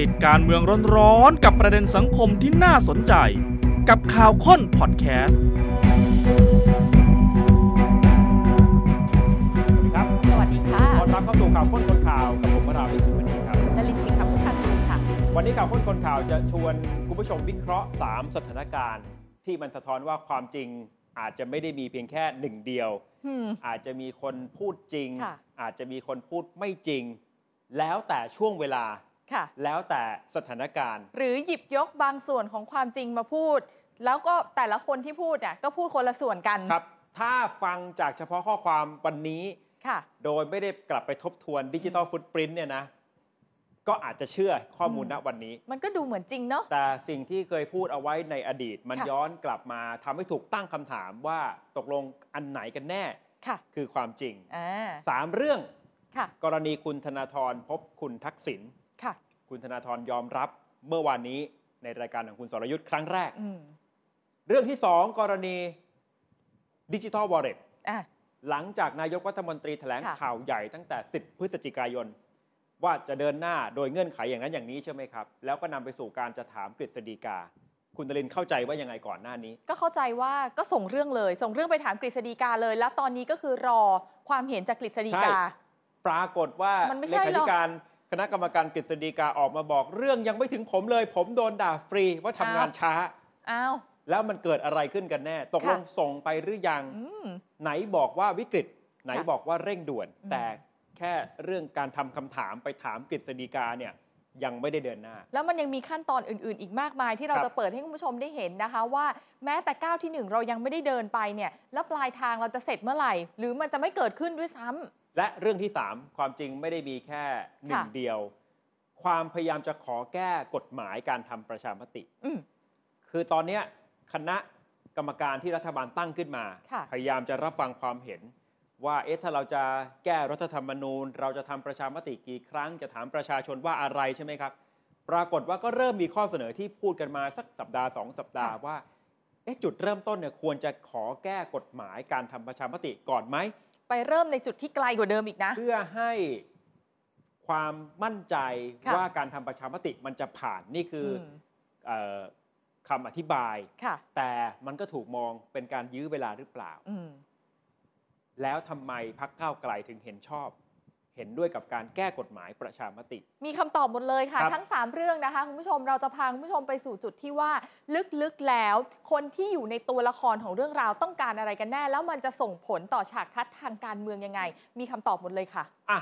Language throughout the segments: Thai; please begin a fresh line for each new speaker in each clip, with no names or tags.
ติดการเมืองร้อนๆกับประเด็นสังคมที่น่าสนใจ กับข่าวค้นพอดแคสต์
สวัสดีครับ
สวัสดีค่ะ
ขอรับเข้าสู่ข่าวค้นคนข่าวกับผมวราวิชิตมณีครับ
นลินสิงห์คำพุทธาคุณค่ะ
วันนี้ข่าวค้นคนข่าวจะชวนคุณผู้ชมวิเคราะห์ 3 สถานการณ์ ที่มันสะท้อนว่าความจริงอาจจะไม่ได้มีเพียงแค่หนึ่งเดียว อาจจะมีคนพูดจริง
ค่ะ
อาจจะมีคนพูดไม่จริง แล้วแต่ช่วงเวลา
ค่ะ
แล้วแต่สถานการณ์
หรือหยิบยกบางส่วนของความจริงมาพูด แล้วก็แต่ละคนที่พูดเนี่ยก็พูดคนละส่วนกัน
ครับ ถ้าฟังจากเฉพาะข้อความวันนี้
ค่ะ
โดยไม่ได้กลับไปทบทวนดิจิทัลฟุตปรินต์เนี่ยนะ ก็อาจจะเชื่อข้อมูลณวันนี้
มันก็ดูเหมือนจริงเนาะ
แต่สิ่งที่เคยพูดเอาไว้ในอดีต มัน
ค่ะ
ย้อนกลับมาทำให้ถูกตั้งคำถามว่าตกลงอันไหนกันแน่
ค่ะ
คือความจริง
อ่า
สามเรื่อง
ค่ะ
กรณีคุณธนาธรพบคุณทักษิณ
ค่ะ
คุณธนาธรยอมรับเมื่อวานนี้ในรายการของคุณสรยุทธ์ครั้งแรก
อืม
เรื่องที่ 2 กรณีดิจิทัลวอลเล็ต
อ่ะ
หลังจากนายกรัฐมนตรีแถลง
ค่ะ
ข่าวใหญ่ตั้งแต่ 10 พฤศจิกายน ว่าจะเดินหน้าโดยเงื่อนไขอย่างนั้นอย่างนี้ใช่ไหมครับ แล้วก็นำไปสู่การจะถามกฤษฎีกา คุณนรินทร์เข้าใจว่ายังไงก่อนหน้านี้
ก็เข้าใจว่าก็ส่งเรื่องเลย ส่งเรื่องไปถามกฤษฎีกาเลย แล้วตอนนี้ก็คือรอความเห็นจากกฤษฎีกา
ใช่ ปรากฏว่าม
นไม่
เล
ใช่หรอก
ขาธิการคณะกรรมการกฤษฎีกาออกมาบอก เรื่องยังไม่ถึงผมเลย ผมโดนด่าฟรีว่าทำงานช้า
อ้าว
แล้วมันเกิดอะไรขึ้นกันแน่ ตกลงส่งไปหรือยัง
อืม
ไหนบอกว่าวิกฤต ไหน
ค่ะ
บอกว่าเร่งด่วน
อืม
แต่แค่เรื่องการทำคำถามไปถามกฤษฎีกาเนี่ยยังไม่ได้เดินหน้า
แล้วมันยังมีขั้นตอนอื่น ๆ อีกมากมายที่เรา
ครับ
จะเปิดให้คุณผู้ชมได้เห็นนะคะ ว่าแม้แต่ก้าวที่หนึ่งเรายังไม่ได้เดินไปเนี่ยแล้วปลายทางเราจะเสร็จเมื่อไหร่ หรือมันจะไม่เกิดขึ้นด้วยซ้ำ
และเรื่องที่ 3 ความจริงไม่ได้มีแค่หนึ่ง
ค่ะ
เดียว ความพยายามจะขอแก้กฎหมายการทำประชามติ
อืม
คือตอนเนี้ยคณะกรรมการที่รัฐบาลตั้งขึ้นมา
ค่ะ
พยายามจะรับฟังความเห็น ว่าเอ๊ะถ้าเราจะแก้รัฐธรรมนูญ เราจะทำประชามติกี่ครั้งจะถามประชาชนว่าอะไรใช่ไหมครับ ปรากฏว่าก็เริ่มมีข้อเสนอที่พูดกันมาสักสัปดาห์สองสัปดาห์ว่าเอ๊ะจุดเริ่มต้นเนี่ยควรจะขอแก้กฎหมายการทำประชามติก่อนไหม
ไปเริ่มในจุดที่ไกลกว่าเดิมอีกนะ
เพื่อให้ความมั่นใจ
ค่ะ
ว่าการทำประชามติมันจะผ่านนี่คืออ
ม
เอ่อคำอธิบาย
ค่ะ
แต่มันก็ถูกมองเป็นการยื้อเวลาหรือเปล่า
อืม
แล้วทำไมพักก้าวไกลถึงเห็นชอบ เห็นด้วยกับการแก้กฎหมายประชามติ
มีคำตอบหมดเลยค่ะ
ครับ
ทั้ง 3 เรื่องนะคะคุณผู้ชมเราจะพาคุณผู้ชมไปสู่จุดที่ว่าลึกๆแล้ว คนที่อยู่ในตัวละครของเรื่องราวต้องการอะไรกันแน่ แล้วมันจะส่งผลต่อฉากทัศน์ทางการเมืองยังไง มีคำตอบหมดเลยค่ะ
อ่ะ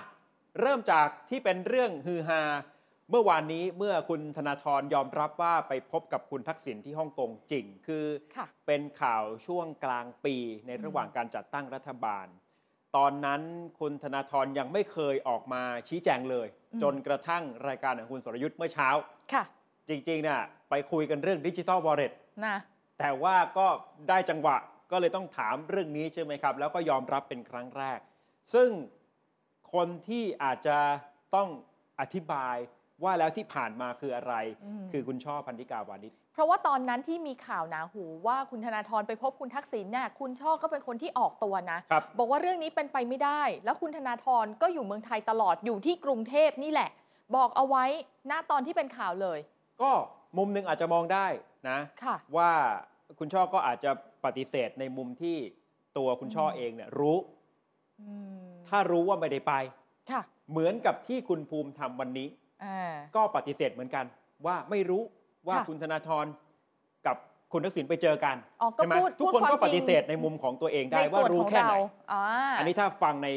เริ่มจากที่เป็นเรื่องฮือฮาเมื่อวานนี้เมื่อคุณธนาธรยอมรับว่าไปพบกับคุณทักษิณที่ฮ่องกงจริง คือ
ค่ะ
เป็นข่าวช่วงกลางปีในระหว่างการจัดตั้งรัฐบาล ตอนนั้นคุณธนาธรยังไม่เคยออกมาชี้แจงเลย
อืม
จนกระทั่งรายการของคุณสรยุทธ์เมื่อเช้า
ค่ะ
จริงๆน่ะไปคุยกันเรื่องดิจิทัลวอลเล็ต
นะ
แต่ว่าก็ได้จังหวะก็เลยต้องถามเรื่องนี้ใช่ไหมครับ แล้วก็ยอมรับเป็นครั้งแรก ซึ่งคนที่อาจจะต้องอธิบายว่าแล้วที่ผ่านมาคืออะไร
อืม
คือคุณช่อพันธิกาวานิช
เพราะว่าตอนนั้นที่มีข่าวหนาหูว่าคุณธนาธรไปพบคุณทักษิณน่ะคุณช่อก็เป็นคนที่ออกตัวนะ
ครับ
บอกว่าเรื่องนี้เป็นไปไม่ได้ แล้วคุณธนาธรก็อยู่เมืองไทยตลอดอยู่ที่กรุงเทพนี่แหละ บอกเอาไว้ณตอนที่เป็นข่าวเลย
ก็มุมหนึ่งอาจจะมองได้นะ
ค่ะ
ว่าคุณช่อก็อาจจะปฏิเสธในมุมที่ตัวคุณช่อเองเนี่ยรู้
อืม
ถ้ารู้ว่าไม่ได้ไป
ค่ะ
เหมือนกับที่คุณภูมิทำวันนี้
อ่า
ก็ปฏิเสธเหมือนกัน ว่าไม่รู้ว่า
ค่ะ
คุณธนาธรกับคุณทักษิณไปเจอกัน
อ๋อก็
ใช่ไหม
พูด
ทุก
พูด
คน
ความจริ
ก็
ง
ปฏิเสธในมุมของตัวเองได้
ใน
ว่า
ส่วน
รู้
ของ
แค่ไห
เรา
น
อ่า
อันนี้ถ้าฟังใน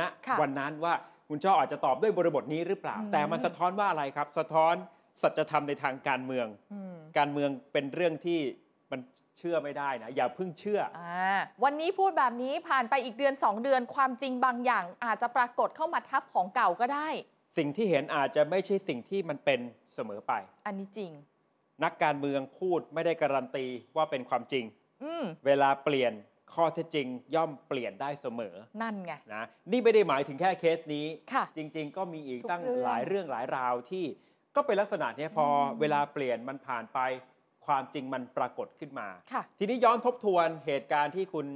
ณ
ค่ะ
วันนั้นว่าคุณช่ออาจจะตอบด้วยบริบทนี้หรือเปล่า
อืม
แต่มันสะท้อนว่าอะไรครับ สะท้อนสัจธรรมในทางการเมือง
อืม
การเมืองเป็นเรื่องที่มันเชื่อไม่ได้นะ อย่าเพิ่งเชื่อ
อ่าวันนี้พูดแบบนี้ผ่านไปอีกเดือน 2 เดือนความจริงบางอย่าง อาจจะปรากฏเข้ามาทับของเก่าก็ได้
สิ่งที่เห็นอาจจะไม่ใช่สิ่งที่มันเป็นเสมอไป
อันนี้จริง
นักการเมืองพูดไม่ได้การันตีว่าเป็นความจริง
อืม
เวลาเปลี่ยนข้อเท็จจริงย่อมเปลี่ยนได้เสมอ
นั่นไง
นะนี่ไม่ได้หมายถึงแค่เคสนี้
ค่ะ
จริง ๆ ก็มีอีก
ทุก
ตั้ง
เรื่อง
หลายเรื่องหลายราวที่ก็เป็นลักษณะเนี้ยพออ
ม
เวลาเปลี่ยนมันผ่านไปความจริงมันปรากฏขึ้นมา
ค่ะ
ทีนี้ย้อนทบทวนเหตุการณ์ที่คุณ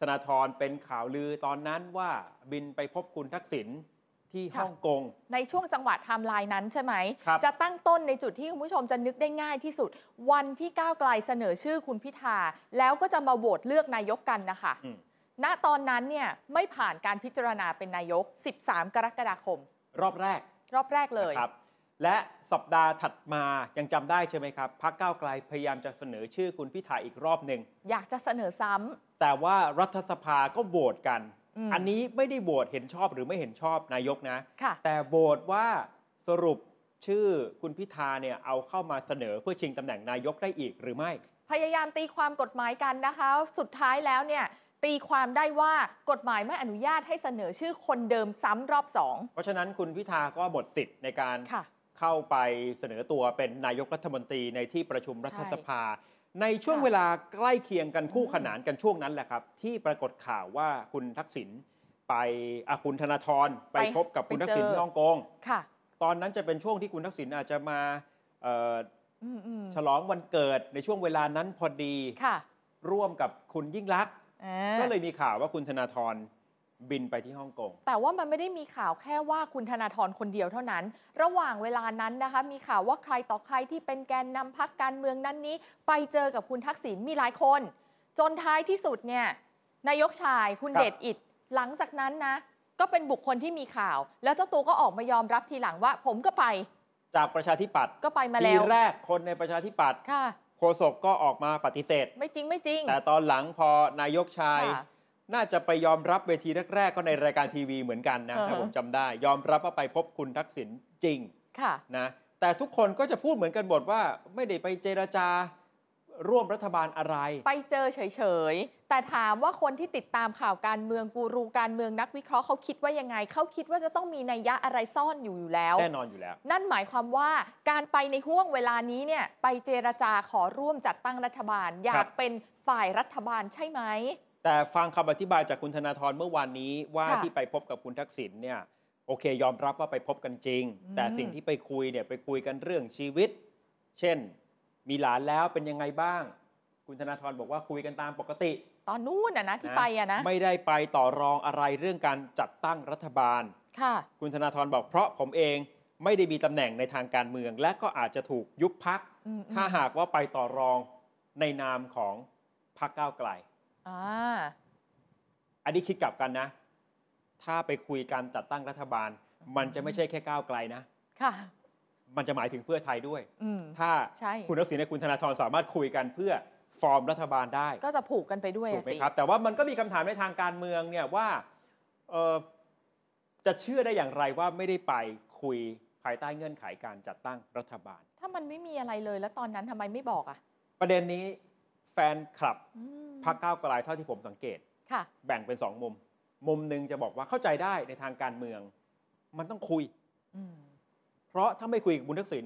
ธนาธรเป็นข่าวลือตอนนั้นว่าบินไปพบคุณทักษิณ ที่
ค่ะ
ฮ่องกง
ในช่วงจังหวะไทม์ไลน์นั้นใช่ไหม
ครับ
จะตั้งต้นในจุดที่คุณผู้ชมจะนึกได้ง่ายที่สุด วันที่ก้าวไกลเสนอชื่อคุณพิธา แล้วก็จะมาโหวตเลือกนายกกันนะคะ
อืม
ณตอนนั้นเนี่ยไม่ผ่านการพิจารณาเป็นนายก 13 กรกฎาคม
รอบแรก
รอบแรกเลย
นะครับและสัปดาห์ถัดมายังจำได้ใช่ไหมครับพักก้าวไกลพยายามจะเสนอชื่อคุณพิธาอีกรอบหนึ่ง
อยากจะเสนอซ้ำ
แต่ว่ารัฐสภาก็โหวตกัน
อืม
อันนี้ไม่ได้โหวตเห็นชอบหรือไม่เห็นชอบนายกนะ
ค่ะ
แต่โหวตว่าสรุปชื่อคุณพิธาเนี่ยเอาเข้ามาเสนอเพื่อชิงตำแหน่งนายกได้อีกหรือไม่
พยายามตีความกฎหมายกันนะคะ สุดท้ายแล้วเนี่ยตีความได้ว่ากฎหมายไม่อนุญาตให้เสนอชื่อคนเดิมซ้ำรอบสอง
เพราะฉะนั้นคุณพิธาก็หมดสิทธิ์ในการ
ค่ะ
เข้าไปเสนอตัวเป็นนายกรัฐมนตรีในที่ประชุมรัฐสภา ในช่วง
ค่ะ
เวลาใกล้เคียงกันคู่
อืม
ขนานกันช่วงนั้นแหละครับ ที่ปรากฏข่าวว่าคุณทักษิณไปอ่ะคุณธนาธรไปพบกับคุณทักษิณที่ฮ่องกง
ค่ะ
ตอนนั้นจะเป็นช่วงที่คุณทักษิณอาจจะมาเอ่อ
อืมอืม
ฉลองวันเกิดในช่วงเวลานั้นพอดี
ค่ะ
ร่วมกับคุณยิ่งลักษณ์
อ่า
ก็เลยมีข่าวว่าคุณธนาธรบินไปที่ฮ่องกง
แต่ว่ามันไม่ได้มีข่าวแค่ว่าคุณธนาธรคนเดียวเท่านั้น ระหว่างเวลานั้นนะคะ มีข่าวว่าใครต่อใครที่เป็นแกนนำพักการเมืองนั้นนี้ ไปเจอกับคุณทักษิณมีหลายคน จนท้ายที่สุดเนี่ยนายกชายคุณ
ครับ
เดชอิดหลังจากนั้นนะ ก็เป็นบุคคลที่มีข่าว แล้วเจ้าตัวก็ออกมายอมรับทีหลังว่า ผมก็ไป
จากประชาธิปัตย์
ก็ไปมา
ที
แล้ว
แรกคนในประชาธิปัตย์
ค่ะ
โฆษกก็ออกมาปฏิเสธ
ไม่จริงไม่จริง
แต่ตอนหลังพอนายกชาย
ค่ะ
น่าจะไปยอมรับเวทีแรกๆก็ในรายการทีวีเหมือนกันนะ
อือฮะ
ถ้าผมจำได้ ยอมรับว่าไปพบคุณทักษิณจริง
ค่ะ
นะแต่ทุกคนก็จะพูดเหมือนกันหมดว่าไม่ได้ไปเจรจาร่วมรัฐบาลอะไร
ไปเจอเฉยๆ แต่ถามว่าคนที่ติดตามข่าวการเมืองกูรูการเมืองนักวิเคราะห์เขาคิดว่ายังไง เขาคิดว่าจะต้องมีนัยยะอะไรซ่อนอยู่อยู่แล้ว
แน่นอนอยู่แล้ว
นั่นหมายความว่าการไปในห่วงเวลานี้เนี่ยไปเจรจาขอร่วมจัดตั้งรัฐบาล อยา
ครั
ก
บ
เป็นฝ่ายรัฐบาลใช่ไหม
แต่ฟังคำอธิบายจากคุณธนาธรเมื่อวานนี้ว่า
ค่ะ
ที่ไปพบกับคุณทักษิณเนี่ยโอเค ยอมรับว่าไปพบกันจริง
อืม
แต่สิ่งที่ไปคุยเนี่ยไปคุยกันเรื่องชีวิต เช่น มีหลานแล้วเป็นยังไงบ้าง คุณธนาธรบอกว่าคุยกันตามปกติ
ตอนนู้นนะนะที่ไปอะนะ
ไม่ได้ไปต่อรองอะไรเรื่องการจัดตั้งรัฐบาล
ค่ะ
คุณธนาธรบอกเพราะผมเองไม่ได้มีตำแหน่งในทางการเมือง และก็อาจจะถูกยุบพัก
อืมๆ
ถ้าหากว่าไปต่อรองในนามของพักก้าวไกล
อ่า
อันนี้คิดกลับกันนะ ถ้าไปคุยการจัดตั้งรัฐบาล มันจะไม่ใช่แค่ก้าวไกลนะ
ค่ะ
มันจะหมายถึงเพื่อไทยด้วย
อืม
ถ้า
ใช่
คุณทักษิณและคุณธนาธรสามารถคุยกันเพื่อฟอร์มรัฐบาลได้
ก็จะผูกกันไปด้วย
ถู
อะ
กไหม
สิ
ครับ แต่ว่ามันก็มีคำถามในทางการเมืองเนี่ยว่าเอ่อจะเชื่อได้อย่างไรว่าไม่ได้ไปคุยภายใต้เงื่อนไขการจัดตั้งรัฐบาล
ถ้ามันไม่มีอะไรเลยแล้วตอนนั้นทำไมไม่บอกอะ
ประเด็นนี้แฟนคลับ
อืม
พรรคก้าวไกลเท่าที่ผมสังเกต
ค่ะ
แบ่งเป็นสองมุม มุมหนึ่งจะบอกว่าเข้าใจได้ในทางการเมือง มันต้องคุย
อืม
เพราะถ้าไม่คุยกับคุณทักษิณ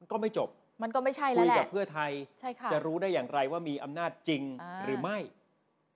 มันก็ไม่จบ
มันก็ไม่ใช่แล้
คุ
วยแห
กั
ละ
บเพื่อไทย
ใช่ค่ะ
จะรู้ได้อย่างไรว่ามีอำนาจจริง
อ่า
หรือไม่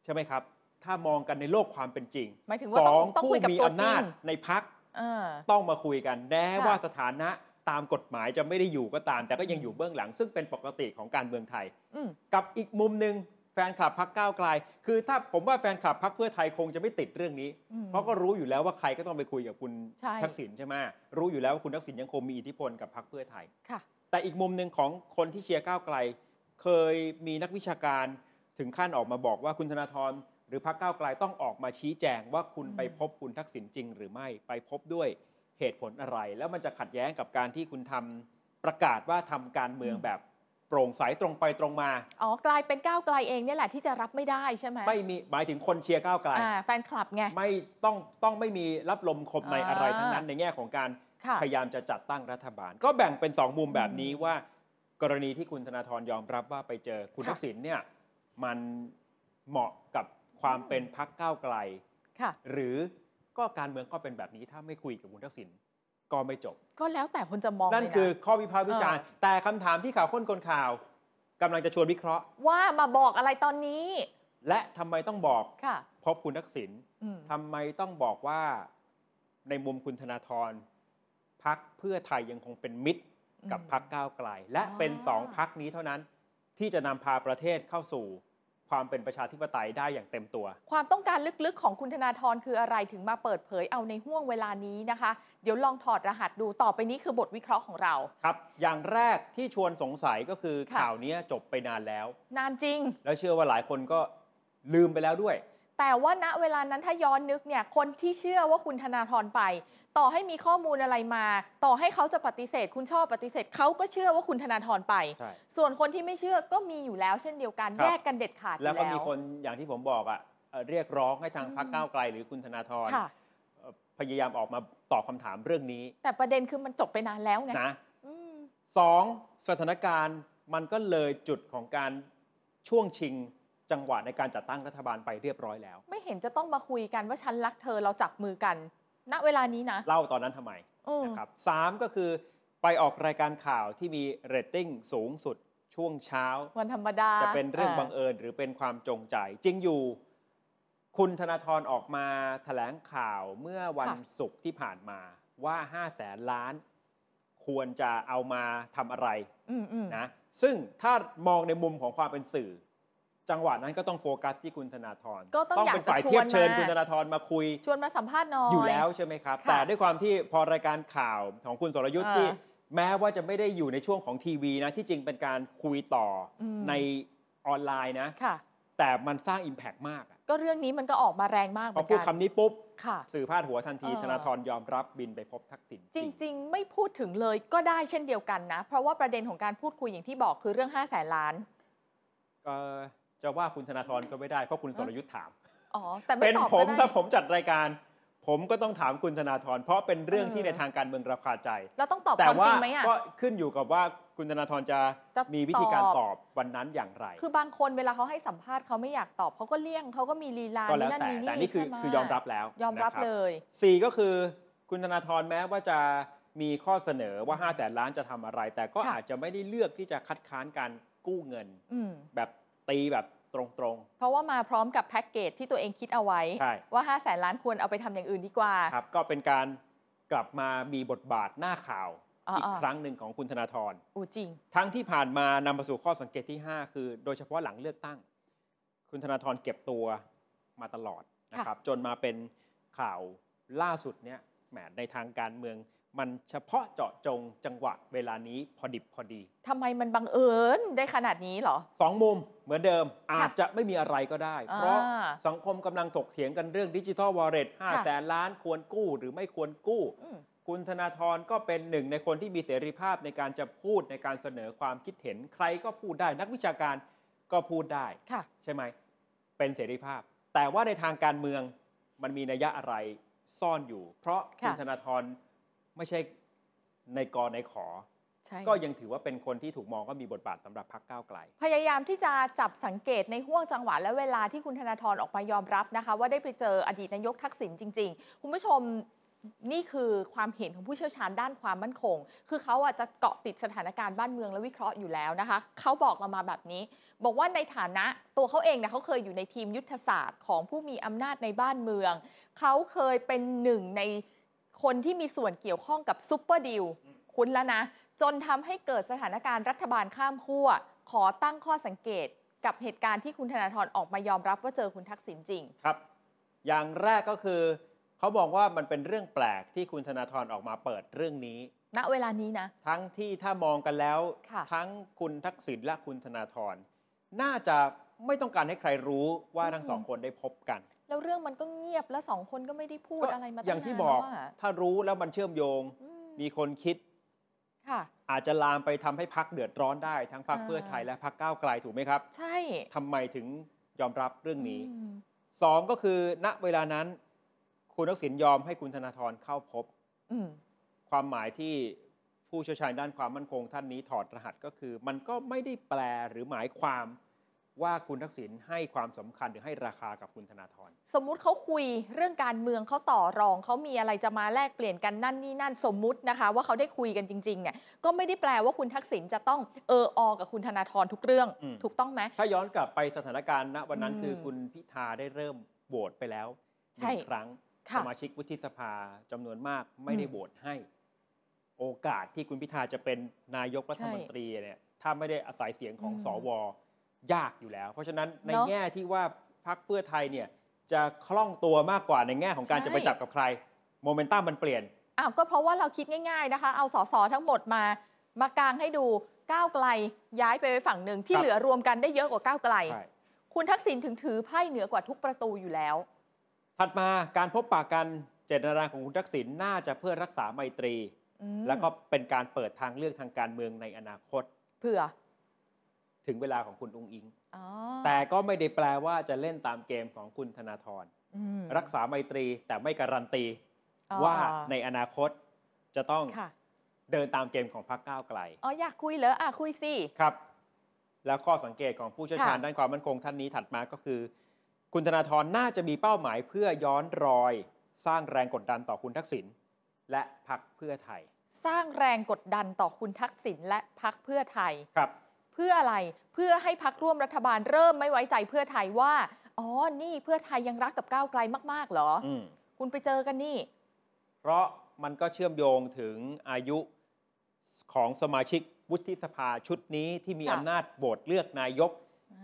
ใช่ไหมครับ ถ้ามองกันในโลกความเป็นจริง
หมายถึง
ส
ว่าต้
อ
อง
ง
ต้อง
ผู้
คุยกับ
มี
ตัวจ
อำ
ริ
นาง จในพัก
เออ
ต้องมาคุยกันแม้
ค่ะ
ว่าสถานะตามกฎหมายจะไม่ได้อยู่ก็ตาม แต่ก็ยังอยู่เบื้องหลัง ซึ่งเป็นปกติของการเมืองไทย
อืม
กับอีกมุมหนึ่งแฟนคลับพักก้าวไกล คือถ้าผมว่าแฟนคลับพักเพื่อไทยคงจะไม่ติดเรื่องนี้
อืม
เพราะก็รู้อยู่แล้วว่าใครก็ต้องไปคุยกับคุณ
ใช่
ทักษิณใช่ไหมรู้อยู่แล้วว่าคุณทักษิณยังคงมีอิทธิพลกับพักเพื่อไทย
ค่ะ
แต่อีกมุมหนึ่งของคนที่เชียร์ก้าวไกล เคยมีนักวิชาการถึงขั้นออกมาบอกว่าคุณธนาธรหรือพรรคก้าวไกลต้องออกมาชี้แจงว่าคุณ
อืม
ไปพบคุณทักษิณจริง หรือไม่ไปพบด้วยเหตุผลอะไร แล้วมันจะขัดแย้งกับการที่คุณทำประกาศว่าทำการเมืองแบบโปร่งใสตรงไปตรงมา
อ๋อกลายเป็นก้าวไกลเองเนี่ยแหละที่จะรับไม่ได้ใช่ไหม
ไม่มีหมายถึงคนเชียร์ก้าวไกล
อ่าแฟนคลับไง
ไม่ต้องต้องไม่มีรับลมคมในอะไรทั้งนั้น ในแง่ของการ
ค่ะ
พยายามจะจัดตั้งรัฐบาล ก็แบ่งเป็นสองมุมแบบนี้ว่า กรณีที่คุณธนาธรยอมรับว่าไปเจอคุณ
ค่ะ
ทักษิณเนี่ยมันเหมาะกับความเป็นพักก้าวไกล
ค่ะ
หรือก็การเมืองก็เป็นแบบนี้ถ้าไม่คุยกับคุณทักษิณก็ไม่จบ
ก็แล้วแต่คนจะมอง
นั่น
เลยะ
คือข้อวิพากษ์วิจารณ์แต่คำถามที่ข่าวข้นคนข่าวกำลังจะชวนวิเคราะห์
ว่ามาบอกอะไรตอนนี้
และทำไมต้องบอก
ค่ะ
พบคุณทักษิณ
อืม
ทำไมต้องบอกว่าในมุมคุณธนาธรพักเพื่อไทยยังคงเป็นมิตร กับ
อืม
พักก้าวไกล และเป็น
อ่า
สองพักนี้เท่านั้นที่จะนำพาประเทศเข้าสู่ ความเป็นประชาธิปไตยได้อย่างเต็มตัว
ความต้องการลึกๆของคุณธนาธรคืออะไรถึงมาเปิดเผยเอาในห่วงเวลานี้นะคะ เดี๋ยวลองถอดรหัสดูต่อไปนี้คือบทวิเคราะห์ของเรา
ครับ อย่างแรกที่ชวนสงสัยก็คือ
ค่ะ
ข่าวเนี้ยจบไปนานแล้ว
นานจริง
แล้วเชื่อว่าหลายคนก็ลืมไปแล้วด้วย
แต่ว่าณเวลานั้นถ้าย้อนนึกเนี่ยคนที่เชื่อว่าคุณธนาธรไป ต่อให้มีข้อมูลอะไรมา ต่อให้เขาจะปฏิเสธ คุณชอบปฏิเสธเขาก็เชื่อว่าคุณธนาธรไป
ใช่
ส่วนคนที่ไม่เชื่อก็มีอยู่แล้วเช่นเดียวกัน
ครับ
แยกกันเด็ดขาดอยู่
แล้วก็มีคนอย่างที่ผมบอกอ่ะเอ่อเรียกร้องให้ทางพรรคก้าวไกลหรือคุณธนาธร
ค่ะ
เอ่อพยายามออกมาตอบคำถามเรื่องนี้
แต่ประเด็นคือมันจบไปนานแล้วไง
นะ
อืม
สองสถานการณ์มันก็เลยจุดของการช่วงชิงจังหวะในการจัดตั้งรัฐบาลไปเรียบร้อยแล้ว
ไม่เห็นจะต้องมาคุยกันว่าฉันรักเธอเราจับมือกัน ณเวลานี้นะ
เล่าตอนนั้นทำไม
อืม
นะครับสามก็คือไปออกรายการข่าวที่มีเรตติ้งสูงสุดช่วงเช้า
วันธรรมดา
จะเป็นเรื่องบัง
า
เอิญหรือเป็นความจงใจ จริงอยู่ คุณธนาธรออกมาแถลงข่าวเมื่อวันศุกร์ที่ผ่านมาว่า 5 แสนล้าน ควรจะเอามาทำอะไร
อืมอืม
นะซึ่งถ้ามองในมุมของความเป็นสื่อ จังหวะนั้นก็ต้องโฟกัสที่คุณธนาธร
ก็ต้องอยาก
เป็น
จะ
ฝ่าย
ชว
เที
ย น
บเชิญ
มา
คุณธนาธรมาคุย
ชวนมาสัมภาษณ์หน้อย
อยู่แล้วใช่ไหมครับ
ค่ะ
แต่ด้วยความที่พอรายการข่าวของคุณสรยุทธ์
เออ
ที่ แม้ว่าจะไม่ได้อยู่ในช่วงของทีวีนะ ที่จริงเป็นการคุยต่ออ
ม
ในออนไลน์นะ
ค่ะ
แต่มันสร้าง Impact มากอะ
ก็เรื่องนี้มันก็ออกมาแรงมากเห
พ
มื
อ
อน
พูด
กัน
คำนี้ปุ๊บ
ค่ะ
สื่อพาดหัวทันที
เออ
ธนาธรยอมรับบินไปพบทักษิณ
จริง ๆ ไม่พูดถึงเลยก็ได้เช่นเดียวกันนะ เพราะว่าประเด็นของการพูดคุยอย่างที่บอกคือเรื่อง 5 0 0แสนล้าน
ก็จะว่าคุณธนาธรก็ไม่ได้ เพราะคุณสรยุทธ์ถาม
อ๋อ แต่ไม่
เป็น
ตอบ
ผม
ก็ได้
ถ้าผมจัดรายการ ผมก็ต้องถามคุณธนาธรเพราะเป็นเรื่อง
เออ
ที่ในทางการเมืองราคาใจ
เราต้องตอบค
แต่
วามจ
ว่า
ริงไหมอ่ะ
ก็ขึ้นอยู่กับว่าคุณธนาธรจะ
จะ
มีวิธีการ
ตอบ
ตอบวันนั้นอย่างไร
คือบางคนเวลาเขาให้สัมภาษณ์เขาไม่อยากตอบเขาก็เลี่ยงเขาก็มีลีลา
ก็
มี
แล้ว
นั่น
แต่
มีนี่
แต่นี่คือ
ใช่ไห
คือยอมรับแล้ว
ยอมรับ
นะค
เลย
สี่ก็คือคุณธนาธรแม้ว่าจะมีข้อเสนอว่า5้าแสนล้านจะทำอะไร แต่ก็
ค่ะ
อาจจะไม่ได้เลือกที่จะคัดค้านการกู้เงิน
อืม
แบบตีแบบตรง
เพราะว่ามาพร้อมกับแพ็กเกจที่ตัวเองคิดเอาไว้
ๆ ใช่
ว่า 5 0 0แสนล้านควรเอาไปทำอย่างอื่นดีกว่า
ครับก็เป็นการกลับมามีบทบาทหน้าข่าว
อ่า
อีก
อ่า
ครั้งหนึ่งของคุณธนาธร
อูจริง
ทั้งที่ผ่านมานำมาสู่ข้อสังเกตที่ 5 คือ โดยเฉพาะหลังเลือกตั้ง คุณธนาธรเก็บตัวมาตลอดนะครับ จนมาเป็นข่าวล่าสุดเนี่ยแหมในทางการเมือง มันเฉพาะเจาะจงจังหวะเวลานี้พอดิบพอดี
ทำไมมันบังเอิญได้ขนาดนี้เหรอ
สองมุมเหมือนเดิมอาจจะไม่มีอะไรก็ได้
อ่า
เพราะสังคมกำลังถกเถียงกันเรื่องดิจิทัลวอลเล็ตห้า
ค่ะ
แสนล้านควรกู้หรือไม่ควรกู้
อืม
คุณธนาธรก็เป็นหนึ่งในคนที่มีเสรีภาพในการจะพูดในการเสนอความคิดเห็นใครก็พูดได้ นักวิชาการก็พูดได้
ค่ะ
ใช่ไหม เป็นเสรีภาพ แต่ว่าในทางการเมืองมันมีนัยยะอะไรซ่อนอยู่ เพราะ
ค่ะ
คุณธนาธรไม่ใช่ในกอในขอ
ใช่
ก็ยังถือว่าเป็นคนที่ถูกมองว่ามีบทบาทสำหรับพรรคก้าวไกล
พยายามที่จะจับสังเกตในห่วงจังหวะและเวลาที่คุณธนาธรออกมายอมรับนะคะ ว่าได้ไปเจออดีตนายกทักษิณจริง ๆ คุณผู้ชมนี่คือความเห็นของผู้เชี่ยวชาญด้านความมั่นคง คือเขาอาจจะเกาะติดสถานการณ์บ้านเมืองและวิเคราะห์อยู่แล้วนะคะ เขาบอกเรามาแบบนี้ บอกว่าในฐานะตัวเขาเองเนี่ยเขาเคยอยู่ในทีมยุทธศาสตร์ของผู้มีอำนาจในบ้านเมือง เขาเคยเป็นหนึ่งในคนที่มีส่วนเกี่ยวข้องกับซุปเปอร์ดิลคุ้นแล้วนะ จนทำให้เกิดสถานการณ์รัฐบาลข้ามขั้ว ขอตั้งข้อสังเกตกับเหตุการณ์ที่คุณธนาธรออกมายอมรับว่าเจอคุณทักษิณจริง
ครับ อย่างแรกก็คือ เขาบอกว่ามันเป็นเรื่องแปลกที่คุณธนาธรออกมาเปิดเรื่องนี้
ณเวลานี้นะ
ทั้งที่ถ้ามองกันแล้ว
ค่ะ
ทั้งคุณทักษิณและคุณธนาธรน่าจะไม่ต้องการให้ใครรู้ว่าทั้งสองคนได้พบกัน
แล้วเรื่องมันก็เงียบและสองคนก็ไม่ได้พูด
ก็
อะไรมาตั้งนาน
อย่างที่บอก
แล้วะ
ถ้ารู้แล้วมันเชื่อมโยง
อืม
มีคนคิด
ค่ะ
อาจจะลามไปทำให้พักเดือดร้อนได้ ทั้งพัก
อ่า
เพื่อไทยและพักก้าวไกลถูกไหมครับ
ใช่
ทำไมถึงยอมรับเรื่องนี้
อืม
สองก็คือ ณเวลานั้น คุณทักษิณยอมให้คุณธนาธรเข้าพบ
อืม
ความหมายที่ผู้เชี่ยวชาญด้านความมั่นคงท่านนี้ถอดรหัสก็คือ มันก็ไม่ได้แปลหรือหมายความว่าคุณทักษิณให้ความสำคัญหรือให้ราคากับคุณธนาธร
สมมุติเขาคุยเรื่องการเมืองเขาต่อรองเขามีอะไรจะมาแลกเปลี่ยนกันนั่นนี่นั่นสมมุตินะคะ ว่าเขาได้คุยกันจริงๆเนี่ยก็ไม่ได้แปลว่าคุณทักษิณจะต้องเอออกับคุณธนาธรทุกเรื่อง ถูกต้องไหม
ถ้าย้อนกลับไปสถานการณ์ณวันนั้น
อืม
คือคุณพิธาได้เริ่มโหวตไปแล้วห
ใช่
นึ่งครั้ง
ค่ะ
สมาชิกวุฒิสภาจำนวนมากไม่ได้
อืม
โหวตให้ โอกาสที่คุณพิธาจะเป็นนายกรัฐมนตรีเนี่ยถ้าไม่ได้อาศัยเสียงของ
อืม
สว ยากอยู่แล้ว เพราะฉะนั้นใน
เนอะ
แง่ที่ว่าพักเพื่อไทยเนี่ยจะคล่องตัวมากกว่าในแง่ของการ
ใช่
จะไปจับกับใครโมเมนตัมมันเปลี่ยน
อ้าวก็เพราะว่าเราคิดง่าย ๆนะคะ เอาสสทั้งหมดมามากางให้ดูก้าวไกลย้ายไปไว้ฝั่งหนึ่งที่
ครับ
เหลือรวมกันได้เยอะกว่าก้าวไกล
ใช่
คุณทักษิณถึงถือไพ่เหนือกว่าทุกประตูอยู่แล้ว
ถัดมาการพบปะกันเจตนาของคุณทักษิณน่าจะเพื่อรักษาไมตรี
อืม
แล้วก็เป็นการเปิดทางเลือกทางการเมืองในอนาคต
เผื่อ
ถึงเวลาของคุณอุงอิง
อ๋อ
แต่ก็ไม่ได้แปลว่าจะเล่นตามเกมของคุณธนาธร
อืม
รักษาไมตรีแต่ไม่การันตี
อ๋อ
ว่าในอนาคตจะต้อง
ค่ะ
เดินตามเกมของพรรคก้าวไกล
อ๋ออยากคุยเหรออ่ะคุยสิ
ครับ แล้วข้อสังเกตของผู้เชี่ยวชาญ
ค่ะ
ด้านความมั่นคงท่านนี้ถัดมาก็คือ คุณธนาธรน่าจะมีเป้าหมายเพื่อย้อนรอย สร้างแรงกดดันต่อคุณทักษิณและพรรคเพื่อไทย
สร้างแรงกดดันต่อคุณทักษิณและพักเพื่อไทย
ครับ
เพื่ออะไร เพื่อให้พักร่วมรัฐบาลเริ่มไม่ไว้ใจเพื่อไทยว่า อ๋อ นี่เพื่อไทยยังรักกับก้าวไกลมาก ๆ เหรอ
อืม
คุณไปเจอกันนี่
เพราะมันก็เชื่อมโยงถึงอายุของสมาชิกวุฒิสภาชุดนี้ที่มี
ค่ะ
อำนาจโหวตเลือกนายก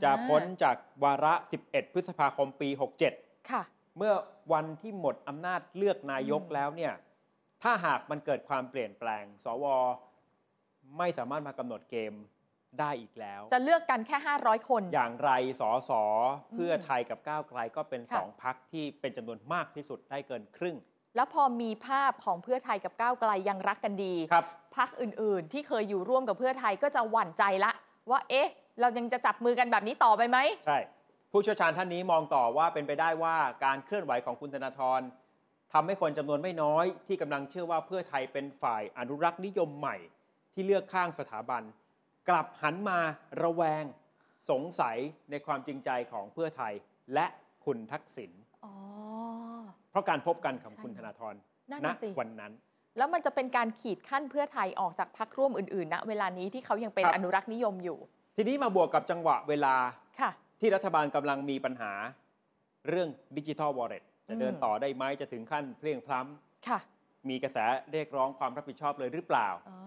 จะพ้นจากวาระ 11 พฤษภาคมปี 67
ค่ะ
เมื่อวันที่หมดอำนาจเลือกนายก
อืม
แล้วเนี่ย ถ้าหากมันเกิดความเปลี่ยนแปลง สว ไม่สามารถมากำหนดเกมได้อีกแล้ว
จะเลือกกันแค่ 500 คน
อย่างไรสอสอ
ม
เพื่อไทยกับก้าวไกลก็เป็น
ค่ะ
สองพักที่เป็นจำนวนมากที่สุดได้เกินครึ่ง
แล้วพอมีภาพของเพื่อไทยกับก้าวไกลยังรักกันดี
ครับ
พักอื่นๆ ที่เคยอยู่ร่วมกับเพื่อไทยก็จะหวั่นใจละ ว่า เอ๊ะ เรายังจะจับมือกันแบบนี้ต่อไปไหม
ใช่ ผู้เชี่ยวชาญท่านนี้มองต่อว่าเป็นไปได้ว่าการเคลื่อนไหวของคุณธนาธรทำให้คนจำนวนไม่น้อย ที่กำลังเชื่อว่าเพื่อไทยเป็นฝ่ายอนุรักษ์นิยมใหม่ ที่เลือกข้างสถาบัน กลับหันมาระแวง สงสัยในความจริงใจของเพื่อไทยและคุณทักษิณ
อ๋อ
เพราะการพบกันของ
ใช่
คุณธนาธร
นั่น
ณ
นะสิ
วันนั้น
แล้วมันจะเป็นการขีดขั้นเพื่อไทยออกจากพักร่วมอื่นๆณเวลานี้ที่เขายังเป็น
ครับ
อนุรักษ์นิยมอยู่
ทีนี้มาบวกกับจังหวะเวลา
ค่ะ
ที่รัฐบาลกำลังมีปัญหาเรื่องดิจิทัลวอลเล็ตจะเดิน
อืม
ต่อได้ไหมจะถึงขั้นเพลียงพล้ำ
ค่ะ
มีกระแสเรียกร้องความรับผิดชอบเลยหรือเปล่า
อ๋อ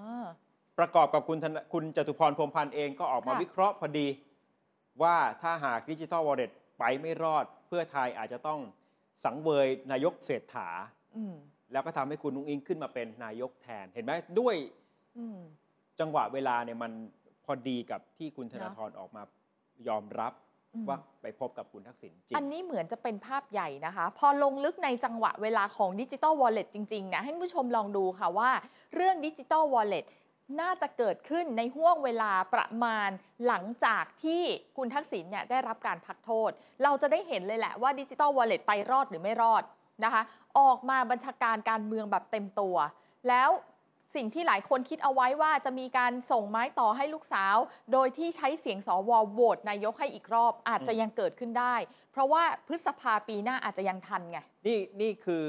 ประกอบกับคุณธนคุณจตุพรพรหมพันธ์เองก็ออกมา
ค่ะ
วิเคราะห์พอดี ว่าถ้าหากดิจิทัลวอลเล็ตไปไม่รอด เพื่อไทยอาจจะต้องสังเวยนายกเศรษฐา
อืม
แล้วก็ทำให้คุณนุ้งอิงขึ้นมาเป็นนายกแทน เห็นไหมด้วย
อืม
จังหวะเวลาเนี่ยมันพอดีกับที่คุณธนา
เนอะ
ธรออกมายอมรับ
อืม
ว่าไปพบกับคุณทักษิณจริ
อั
ง
นนี้เหมือนจะเป็นภาพใหญ่นะคะ พอลงลึกในจังหวะเวลาของดิจิ t a ลวอลเล็ตจริง ๆ นะให้ผู้ชมลองดูค่ะว่า เรื่องดิจิ t a ลวอลเล็ตน่าจะเกิดขึ้นในห่วงเวลาประมาณหลังจากที่คุณทักษิณเนี่ยได้รับการพักโทษ เราจะได้เห็นเลยแหละว่าดิจิ t a ลวอลเล็ตไปรอดหรือไม่รอดนะคะ ออกมาบัญชาการการเมืองแบบเต็มตัว แล้วสิ่งที่หลายคนคิดเอาไว้ว่าจะมีการส่งไม้ต่อให้ลูกสาว โดยที่ใช้เสียงสวโหวตนายกให้อีกรอบ อาจจะยังเกิดขึ้นได้ เพราะว่าพฤษภาปีหน้าอาจจะยังทันไง
นี่นี่คือ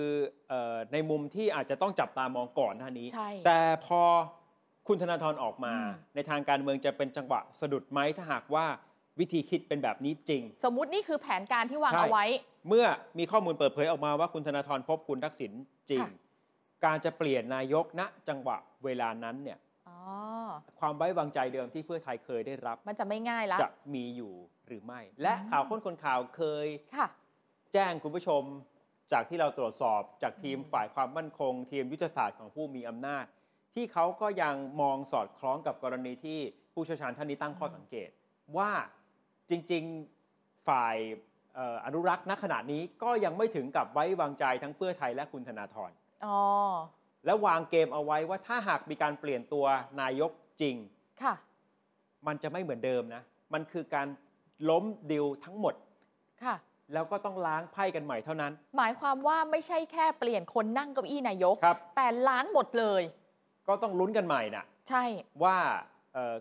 เออในมุมที่อาจจะต้องจับตามองก่อนหน้านี้
ใช่
แต่พอคุณธนาธรออกมา
อืม
ในทางการเมืองจะเป็นจังหวะสะดุดไหมถ้าหากว่าวิธีคิดเป็นแบบนี้จริง
สมมตินี่คือแผนการที่วาง
ใช่
เอาไว้
เมื่อมีข้อมูลเปิดเผยออกมาว่าคุณธนาธรพบคุณทักษิณจริง
ค่ะ
การจะเปลี่ยนนายกณจังหวะเวลานั้นเนี่ย
อ๋อ
ความไว้วางใจเดิมที่เพื่อไทยเคยได้รับ
มันจะไม่ง่ายละ
จะมีอยู่หรือไม่ และ
อืม
ข่าวค้นคนข่าวเคย
ค่ะ
แจ้งคุณผู้ชมจากที่เราตรวจสอบจากทีม
อืม
ฝ่ายความมั่นคง ทีมยุทธศาสตร์ของผู้มีอำนาจ ที่เขาก็ยังมองสอดคล้องกับกรณีที่ผู้เชี่ยวชาญท่านนี้ตั้งข้อสังเกต ว่าจริงๆฝ่ายเอ่ออนุรักษ์ณขณะนี้ก็ยังไม่ถึงกับไว้วางใจทั้งเพื่อไทยและคุณธนาธร
อ๋อ
และวางเกมเอาไว้ว่าถ้าหากมีการเปลี่ยนตัวนายกจริง
ค่ะ
มันจะไม่เหมือนเดิมนะมันคือการล้มดิวทั้งหมด
ค่ะ
แล้วก็ต้องล้างไพ่กันใหม่เท่านั้น
หมายความว่าไม่ใช่แค่เปลี่ยนคนนั่งเก้าอี้นายก
ครับ
แต่ล้างหมดเลย
ก็ต้องลุ้นกันใหม่น่ะ
ใช่
ว่าเอ่อ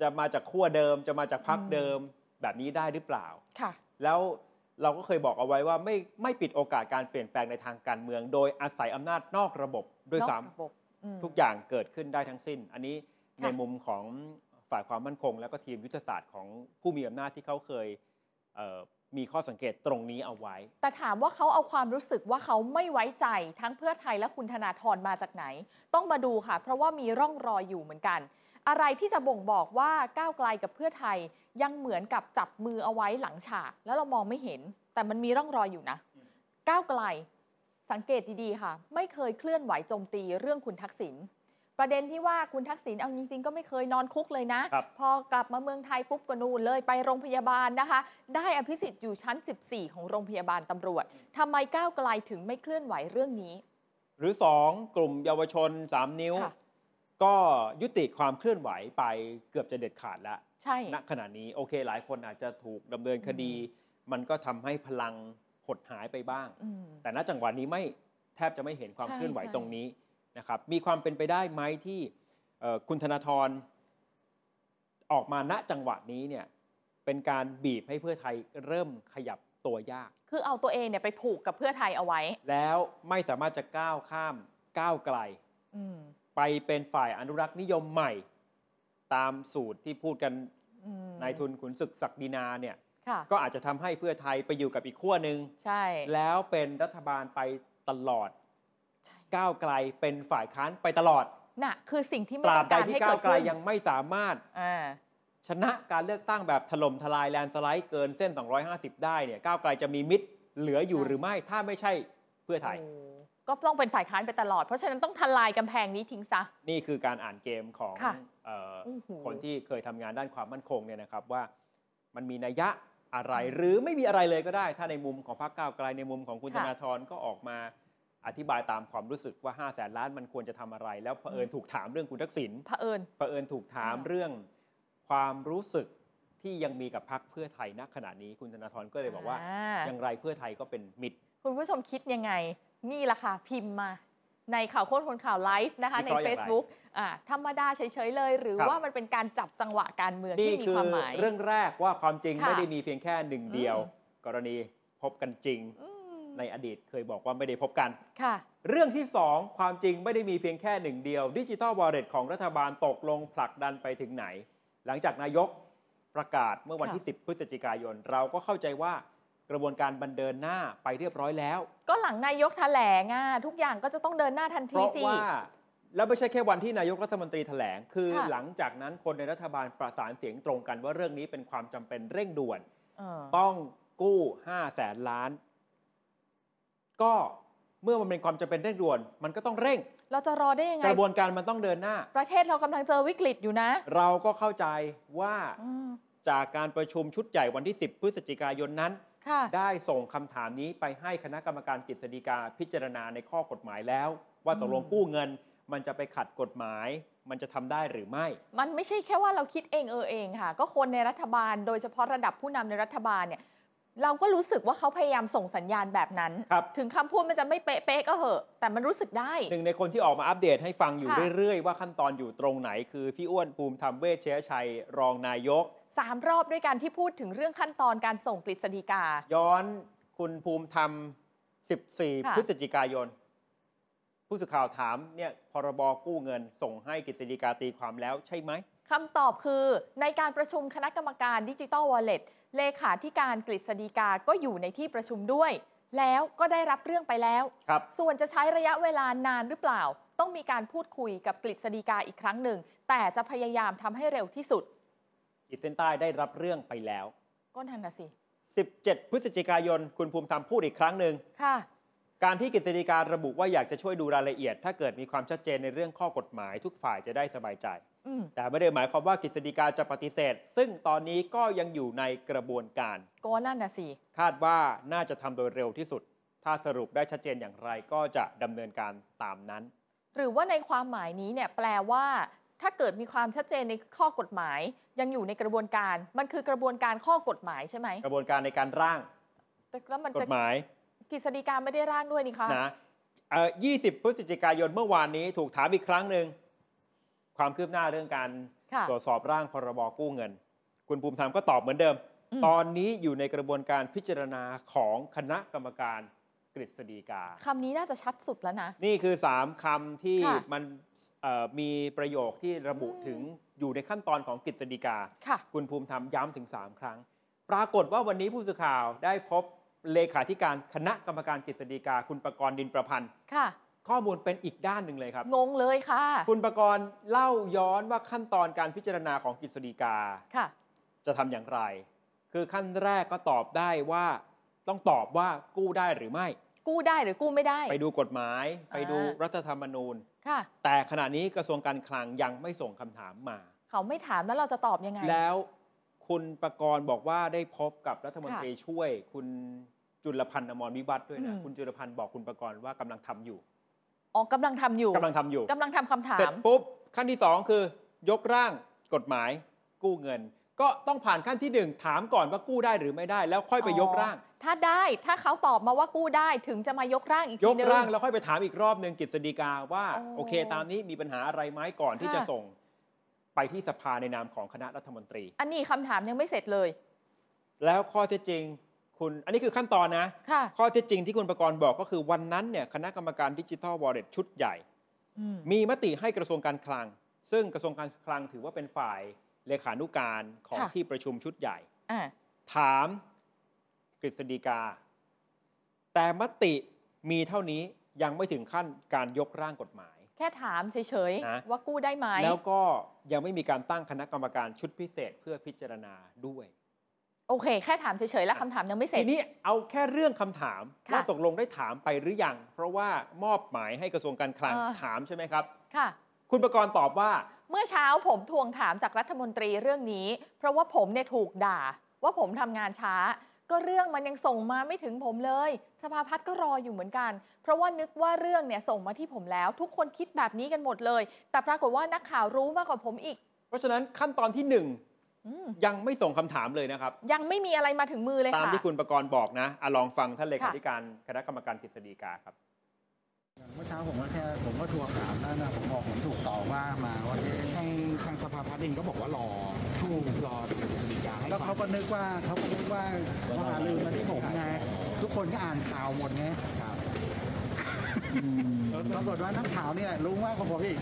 จะมาจากขั้วเดิม จะมาจากพัก
อืม
เดิมแบบนี้ได้หรือเปล่า
ค่ะ
แล้วเราก็เคยบอกเอาไว้ว่าไม่ไม่ปิดโอกาสการเปลี่ยนแปลงในทางการเมือง โดยอาศัยอำนาจนอกระบบด้วยซ้
นอกระบบอืม
ำทุกอย่างเกิดขึ้นได้ทั้งสิ้น อันนี้ใน
ค่ะ
มุมของฝ่ายความมั่นคง แล้วก็ทีมยุทธศาสตร์ของผู้มีอำนาจที่เขาเคยเอ่อมีข้อสังเกตตรงนี้เอาไว้
แต่ถามว่าเขาเอาความรู้สึกว่าเขาไม่ไว้ใจทั้งเพื่อไทยและคุณธนาธรมาจากไหน ต้องมาดูค่ะ เพราะว่ามีร่องรอยอยู่เหมือนกัน อะไรที่จะบ่งบอกว่าก้าวไกลกับเพื่อไทยยังเหมือนกับจับมือเอาไว้หลังฉาก แล้วเรามองไม่เห็น แต่มันมีร่องรอยอยู่นะ ก้าวไกลสังเกตดีๆค่ะ ไม่เคยเคลื่อนไหวโจมตีเรื่องคุณทักษิณประเด็นที่ว่าคุณทักษิณเอาจริง ๆ ก็ไม่เคยนอนคุกเลยนะ
ครับ
พอกลับมาเมืองไทยปุ๊บก็นู่นเลยไปโรงพยาบาลนะคะ ได้อภิสิทธิ์อยู่ชั้น 14 ของโรงพยาบาลตำรวจทำไมก้าวไกลถึงไม่เคลื่อนไหวเรื่องนี้
หรือ 2 กลุ่มเยาวชน 3 นิ้ว
ค่ะ
ก็ยุติความเคลื่อนไหวไปเกือบจะเด็ดขาดแล้ว
ใช่
ณขณะนี้โอเคหลายคนอาจจะถูกดำเนินคดี มันก็ทำให้พลังหดหายไปบ้าง
อืม
แต่ณจังหวะนี้ไม่แทบจะไม่เห็นความ
ใช่
เคลื่อนไหว
ใช่
ตรงนี้นะครับมีความเป็นไปได้ไหมที่เอ่อคุณธนาธรออกมาณจังหวะนี้เนี่ยเป็นการบีบให้เพื่อไทยเริ่มขยับตัวยาก
คือเอาตัวเองเนี่ยไปผูกกับเพื่อไทยเอาไว้
แล้วไม่สามารถจะก้าวข้ามก้าวไกล
อืม
ไปเป็นฝ่ายอนุรักษ์นิยมใหม่ ตามสูตรที่พูดกัน
อืม
นายทุนขุนศึกศักดินาเนี่ย
ค่ะ
ก็อาจจะทำให้เพื่อไทยไปอยู่กับอีกขั้วหนึ่ง
ใช่
แล้วเป็นรัฐบาลไปตลอด
ใช่
ก้าวไกลเป็นฝ่ายค้านไปตลอด
น่ะคือสิ่งที่ไม่
ตรา
ต้
บ
อง
ใด
การ
ที่
ให้
ก้า
เกิด
วไกล
ขึ้น
ยังไม่สามารถ
อ่า
ชนะการเลือกตั้งแบบถล่มทลายแลนด์สไลด์เกินเส้น 250 ได้เนี่ยก้าวไกลจะมีมิตรเหลืออยู่หรือไม่ถ้าไม่ใช่เพื่อไทย
โอ้ก็ต้องเป็นฝ่ายค้านไปตลอด เพราะฉะนั้นต้องทลายกำแพงนี้ทิ้งซะ
นี่คือการอ่านเกมของ
ค่ะ
เอ่อ
โอ้โห
คนที่เคยทำงานด้านความมั่นคงเนี่ยนะครับว่ามันมีนัยยะอะไรหรือไม่มีอะไรเลยก็ได้ ถ้าในมุมของพรรคก้าวไกลในมุมของคุณธ
ค่ะ
นาธรก็ออกมาอธิบายตามความรู้สึกว่า 5 0 0แสนล้านมันควรจะทำอะไร แล้วเผอิญ
อืม
ถูกถามเรื่องคุณทักษิณ
เผอิญ
เผอิญถูกถาม
ค่ะ
เรื่องความรู้สึกที่ยังมีกับพรรคเพื่อไทยณขณะนี้คุณธนาธรก็เลยบอกว่า
อ่า
อย่างไรเพื่อไทยก็เป็นมิตร
คุณผู้ชมคิดยังไง นี่แหละค่ะ พิมพ์มา ในข่าวโคตรคนข่าวไลฟ์นะคะ
วิ
ใน
เคราะห์อย่างไร
Facebook อ่าธรรมดาเฉย ๆ เลย หรือว่ามันเป็นการจับจังหวะการเมือง
นี่
ที่มี
คือ
ความหมาย
เรื่องแรกว่าความจริง
ค่ะ
ไม่ได้มีเพียงแค่หนึ่งเดียว
อื
กรณีพบกันจริง
อืม
ในอดีตเคยบอกว่าไม่ได้พบกัน
ค่ะ
เรื่องที่ 2 ความจริงไม่ได้มีเพียงแค่หนึ่งเดียวดิจิทัลวอลเล็ตของรัฐบาลตกลงผลักดันไปถึงไหน หลังจากนายกประกาศเมื่อวันที่
ค่ะ
10 พฤศจิกายน เราก็เข้าใจว่ากระบวนการบันเดินหน้าไปเรียบร้อยแล้ว
ก็หลังนายกแถลงอ่ะทุกอย่างก็จะต้องเดินหน้าทัน
เพ
ที
ราะ
สิ
ว่าแล้วไม่ใช่แค่วันที่นายกรัฐมนตรีแถลง คือ
ค่ะ
หลังจากนั้นคนในรัฐบาลประสานเสียงตรงกันว่าเรื่องนี้เป็นความจำเป็นเร่งด่วน
เออ
ต้องกู้5แสนล้าน ก็เมื่อมันเป็นความจำเป็นเร่งด่วน มันก็ต้องเร่ง
เราจะรอได้ยังไง
กระบวนการมันต้องเดินหน้า
ประเทศเรากำลังเจอวิกฤตอยู่นะ
เราก็เข้าใจว่า
อืม
จากการประชุมชุดใหญ่วันที่ 10 พฤศจิกายนนั้น
ค่ะ
ได้ส่งคำถามนี้ไปให้คณะกรรมการกฤษฎีกาพิจารณาในข้อกฎหมายแล้ว ว่าตกลง
อืม
กู้เงิน มันจะไปขัดกฎหมาย มันจะทำได้หรือไม่
มันไม่ใช่แค่ว่าเราคิดเองเออเองค่ะ ก็คนในรัฐบาล โดยเฉพาะระดับผู้นำในรัฐบาลเนี่ย เราก็รู้สึกว่าเขาพยายามส่งสัญญาณแบบนั้น
ครับ
ถึงคำพูดมันจะไม่เป๊ะๆก็เหอะ แต่มันรู้สึกได้
หนึ่งในคนที่ออกมาอัปเดตให้ฟังอยู่
ค่ะ
เรื่อยๆ ว่าขั้นตอนอยู่ตรงไหน คือพี่อ้วนภูมิธรรมเวชเชยชัยรองนายก
สามรอบด้วยกันที่พูดถึงเรื่องขั้นตอนการส่งกฤษฎีกา
ย้อนคุณภูมิธรรม
ค่ะ
14 พฤศจิกายน ผู้สื่อข่าวถามเนี่ยพรบกู้เงินส่งให้กฤษฎีกาตีความแล้วใช่ไหม
คำตอบคือในการประชุมคณะกรรมการดิจิ t a ลวอลเล็ตเลขาธิการกฤษฎีกาก็อยู่ในที่ประชุมด้วย แล้วก็ได้รับเรื่องไปแล้ว
ครับ
ส่วนจะใช้ระยะเวลานานหรือเปล่า ต้องมีการพูดคุยกับกฤษฎีกาอีกครั้งหนึ่ง แต่จะพยายามทำให้เร็วที่สุด
ขีดเส้นใต้ได้รับเรื่องไปแล้ว
ก็นั่นน่ะสิ
17 พฤศจิกายน คุณภูมิธรรมพูดอีกครั้งหนึ่ง
ค่ะ
การที่กฤษฎีการระบุว่าอยากจะช่วยดูรายละเอียด ถ้าเกิดมีความชัดเจนในเรื่องข้อกฎหมายทุกฝ่ายจะได้สบายใจ
อืม
แต่ไม่ได้หมายความว่ากฤษฎีกาจะปฏิเสธ ซึ่งตอนนี้ก็ยังอยู่ในกระบวนการ
ก็นั่นน่ะสิ
คาดว่าน่าจะทำโดยเร็วที่สุด ถ้าสรุปได้ชัดเจนอย่างไรก็จะดำเนินการตามนั้น
หรือว่าในความหมายนี้เนี่ยแปลว่า ถ้าเกิดมีความชัดเจนในข้อกฎหมาย ยังอยู่ในกระบวนการ มันคือกระบวนการข้อกฎหมายใช่ไหม
กระบวนการในการร่าง
แต่แล้วมัน
ก
จะ
ฎหมาย
กฤษฎีกาไม่ได้ร่างด้วยนี่คะ
นะเอ่อ20 พฤศจิกายนเมื่อวานนี้ถูกถามอีกครั้งหนึ่ง ความคืบหน้าเรื่องการ
ค่ะ
ตรวจสอบร่างพรบกู้เงิน คุณภูมิธรรมก็ตอบเหมือนเดิม
อืม
ตอนนี้อยู่ในกระบวนการพิจารณาของคณะกรรมการกฤษฎีกา
คำนี้น่าจะชัดสุดแล้วนะ
นี่คือ 3คำที่
ค่ะ
มันเอ่อมีประโยคที่ระบุ
อืม
ถึงอยู่ในขั้นตอนของกฤษฎีกา
ค่ะ
คุณภูมิธรรมย้ำถึง 3 ครั้ง ปรากฏว่าวันนี้ผู้สื่อข่าวได้พบเลขาธิการคณะกรรมการกฤษฎีกา คุณประกรณ์ดินประพันธ์
ค่ะ
ข้อมูลเป็นอีกด้านหนึ่งเลยครับ
งงเลยค่ะ
คุณประกรณ์เล่าย้อนว่าขั้นตอนการพิจารณาของกฤษฎีกา
ค่ะ
จะทำอย่างไร คือขั้นแรกก็ตอบได้ว่าต้องตอบว่ากู้ได้หรือไม่
กู้ได้หรือกู้ไม่ได้
ไปดูกฎหมาย
อ่า
ไปดูรัฐธรรมนูญ
ค่ะ
แต่ขณะนี้กระทรวงการคลังยังไม่ส่งคำถามมา
เขาไม่ถามแล้วเราจะตอบยังไง
แล้วคุณประกรณ์บอกว่าได้พบกับรัฐมนตรีช่วย คุณจุลพันธ์อมรวิวัฒน์ด้วยนะ
อืม
คุณจุลพันธ์บอกคุณประกรณ์ว่ากำลังทำอยู่
อ๋อกำลังทำอยู่
กำลังทำอยู่
กำลังทำคำถา
เสร็จ
ม
ปุ๊บ ขั้นที่ 2 คือยกร่างกฎหมายกู้เงิน ก็ต้องผ่านขั้นที่ 1 ถามก่อนว่ากู้ได้หรือไม่ได้ แล้วค่อยไปยกร่าง
ถ้าได้ถ้าเขาตอบมาว่ากู้ได้ถึงจะมายกร่างอีก
ย
ที
ก
นึง
ร่างแล้วค่อยไปถามอีกรอบหนึ่งกฤษฎีกาว่า
อ๋อ
โอเคตามนี้มีปัญหาอะไรไหมก่อนที่
ค่ะ
จะส่งไปที่สภาในนามของคณะรัฐมนตรี
อันนี้คำถามยังไม่เสร็จเลย
แล้วข้อเท็จจริง คุณอันนี้คือขั้นตอนนะ
ค่ะ
ข้อเท็จจริงที่คุณประกรณ์บอกก็คือวันนั้นเนี่ยคณะกรรมการดิจิทัลวอลเล็ตชุดใหญ่
อืม
มีมติให้กระทรวงการคลัง ซึ่งกระทรวงการคลังถือว่าเป็นฝ่ายเลขานุการของ
ค่ะ
ที่ประชุมชุดใหญ่
อ่า
ถามกฤษฎีกา แต่มติมีเท่านี้ยังไม่ถึงขั้นการยกร่างกฎหมาย
แค่ถามเฉย
นะ
ๆว่ากู้ได้ไหม
แล้วก็ยังไม่มีการตั้งคณะกรรมการชุดพิเศษเพื่อพิจารณาด้วย
โอเค แค่ถามเฉยๆแล้วคำถามยังไม่เสร็
ที
จ
นี้เอาแค่เรื่องคำถาม
ค่ะ
ว่าตกลงได้ถามไปหรือยัง เพราะว่ามอบหมายให้กระทรวงการคลัง
เออ
ถามใช่ไหมครับ
ค่ะ
คุณประกรณ์ตอบว่า
เมื่อเช้าผมทวงถามจากรัฐมนตรีเรื่องนี้ เพราะว่าผมเนี่ยถูกด่า ว่าผมทำงานช้า ก็เรื่องมันยังส่งมาไม่ถึงผมเลย สภาพัฒน์ก็รออยู่เหมือนกัน เพราะว่านึกว่าเรื่องเนี่ยส่งมาที่ผมแล้ว ทุกคนคิดแบบนี้กันหมดเลย แต่ปรากฏว่านักข่าวรู้มากกว่าผมอีก
เพราะฉะนั้นขั้นตอนที่หนึ่ง
อืม
ยังไม่ส่งคำถามเลยนะครับ
ยังไม่มีอะไรมาถึงมือเลย
ตาม
ค่ะ
ที่คุณประกรณ์บอกนะอะลองฟังท่านเลขา
ค่ะ
ธิการคณะกรรมการกฤษฎีกาครับ
อย่างเมื่อเช้าผมก็แค่ผมก็ทวงถามนั่นนะผมบอกผมถูกต่อว่ามาว่าเอ๊ะทางทางสภาพัฒน์เองก็บอกว่ารอถูกรอถึงกฤษฎีกาให้แล้วเขาก็นึกว่าเขาก็นึกว่าว่าหาลืมมาที่ผมไงทุกคนก็อ่านข่าวหมดไงครับปรากฏว่านักข่าวเนี่ยรู้มากกว่าผมอีก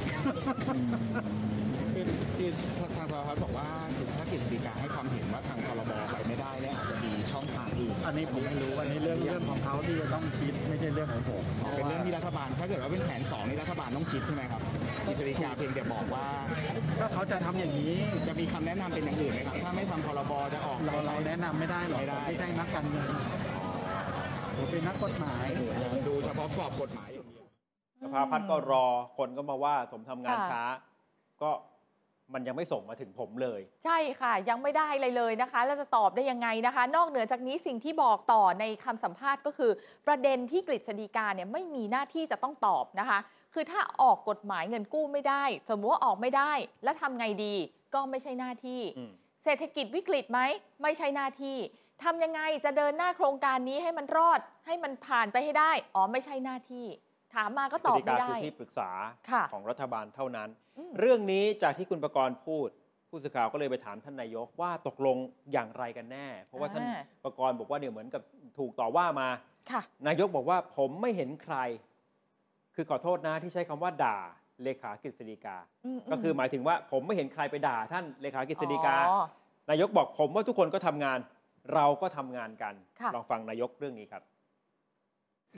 คือคือทางสภาพัฒน์บอกว่าถึงถ้ากิจฎีกาให้ความเห็นว่าทางพรบไปไม่ได้เนี่ยอาจจะมีช่องทางอื่น
อันนี้ผมไม่รู้อันนี้เรื่องเรื่องของเขาที่จะต้องคิดไม่ใช่เรื่องของผมพาะ
เป็น
ว่า
เรื่องที่รัฐบาล ถ้าเกิดว่าเป็นแผนสองนี่รัฐบาลต้องคิดใช่ไหมครับกิจฎีกาเพียงแต่บอกว่า
ก็เขาจะทำอย่างนี้
จะมีคำแนะนำเป็นอย่างอื่นไหมครับ ถ้าไม่ทำพรบจะออก
เราเราแนะนำไม่ได้หรอก
ไม่ได้
ผมไม่ใช่นักการเมืองผมเป็นนักกฎหมาย
ดูเฉพาะกรอบกฎหมายอย่างเดียว
สภาพัฒน์ก็รอคนก็มาว่าผมทำงาน
ค่ะ
ช้า ก็มันยังไม่ส่งมาถึงผมเลย
ใช่ค่ะ ยังไม่ได้เลยเลยนะคะ แล้วจะตอบได้ยังไงนะคะ นอกเหนือจากนี้สิ่งที่บอกต่อในคำสัมภาษณ์ก็คือ ประเด็นที่กฤษฎีกาเนี่ยไม่มีหน้าที่จะต้องตอบนะคะ คือถ้าออกกฎหมายเงินกู้ไม่ได้ สมมติว่าออกไม่ได้ แล้วทำไงดีก็ไม่ใช่หน้าที่
อืม
เศรษฐกิจวิกฤตไหมไม่ใช่หน้าที่ทำยังไงจะเดินหน้าโครงการนี้ให้มันรอดให้มันผ่านไปให้ได้อ๋อไม่ใช่หน้าที่ ถามมาก็ตอบ
ก
ไม่
ฎกา
ได้
คือที่ปรึกษา
ค่ะ
ของรัฐบาลเท่านั้น
อืม
เรื่องนี้จากที่คุณประกรณ์พูด ผู้สื่อข่าวก็เลยไปถามท่านนายกว่าตกลงอย่างไรกันแน่ เพราะว่าท่านประกรณ์บอกว่าเนี่ยเหมือนกับถูกต่อว่ามา
ค่ะ
นายกบอกว่าผมไม่เห็นใคร คือขอโทษนะที่ใช้คำว่าด่าเลขากฤษฎีกา
อืมๆ
ก็คือหมายถึงว่าผมไม่เห็นใครไปด่าท่านเลขากฤษฎีกา
อ๋อ
นายกบอกผมว่าทุกคนก็ทำงาน เราก็ทำงานกัน
ค่ะ
ลองฟังนายกเรื่องนี้ครับ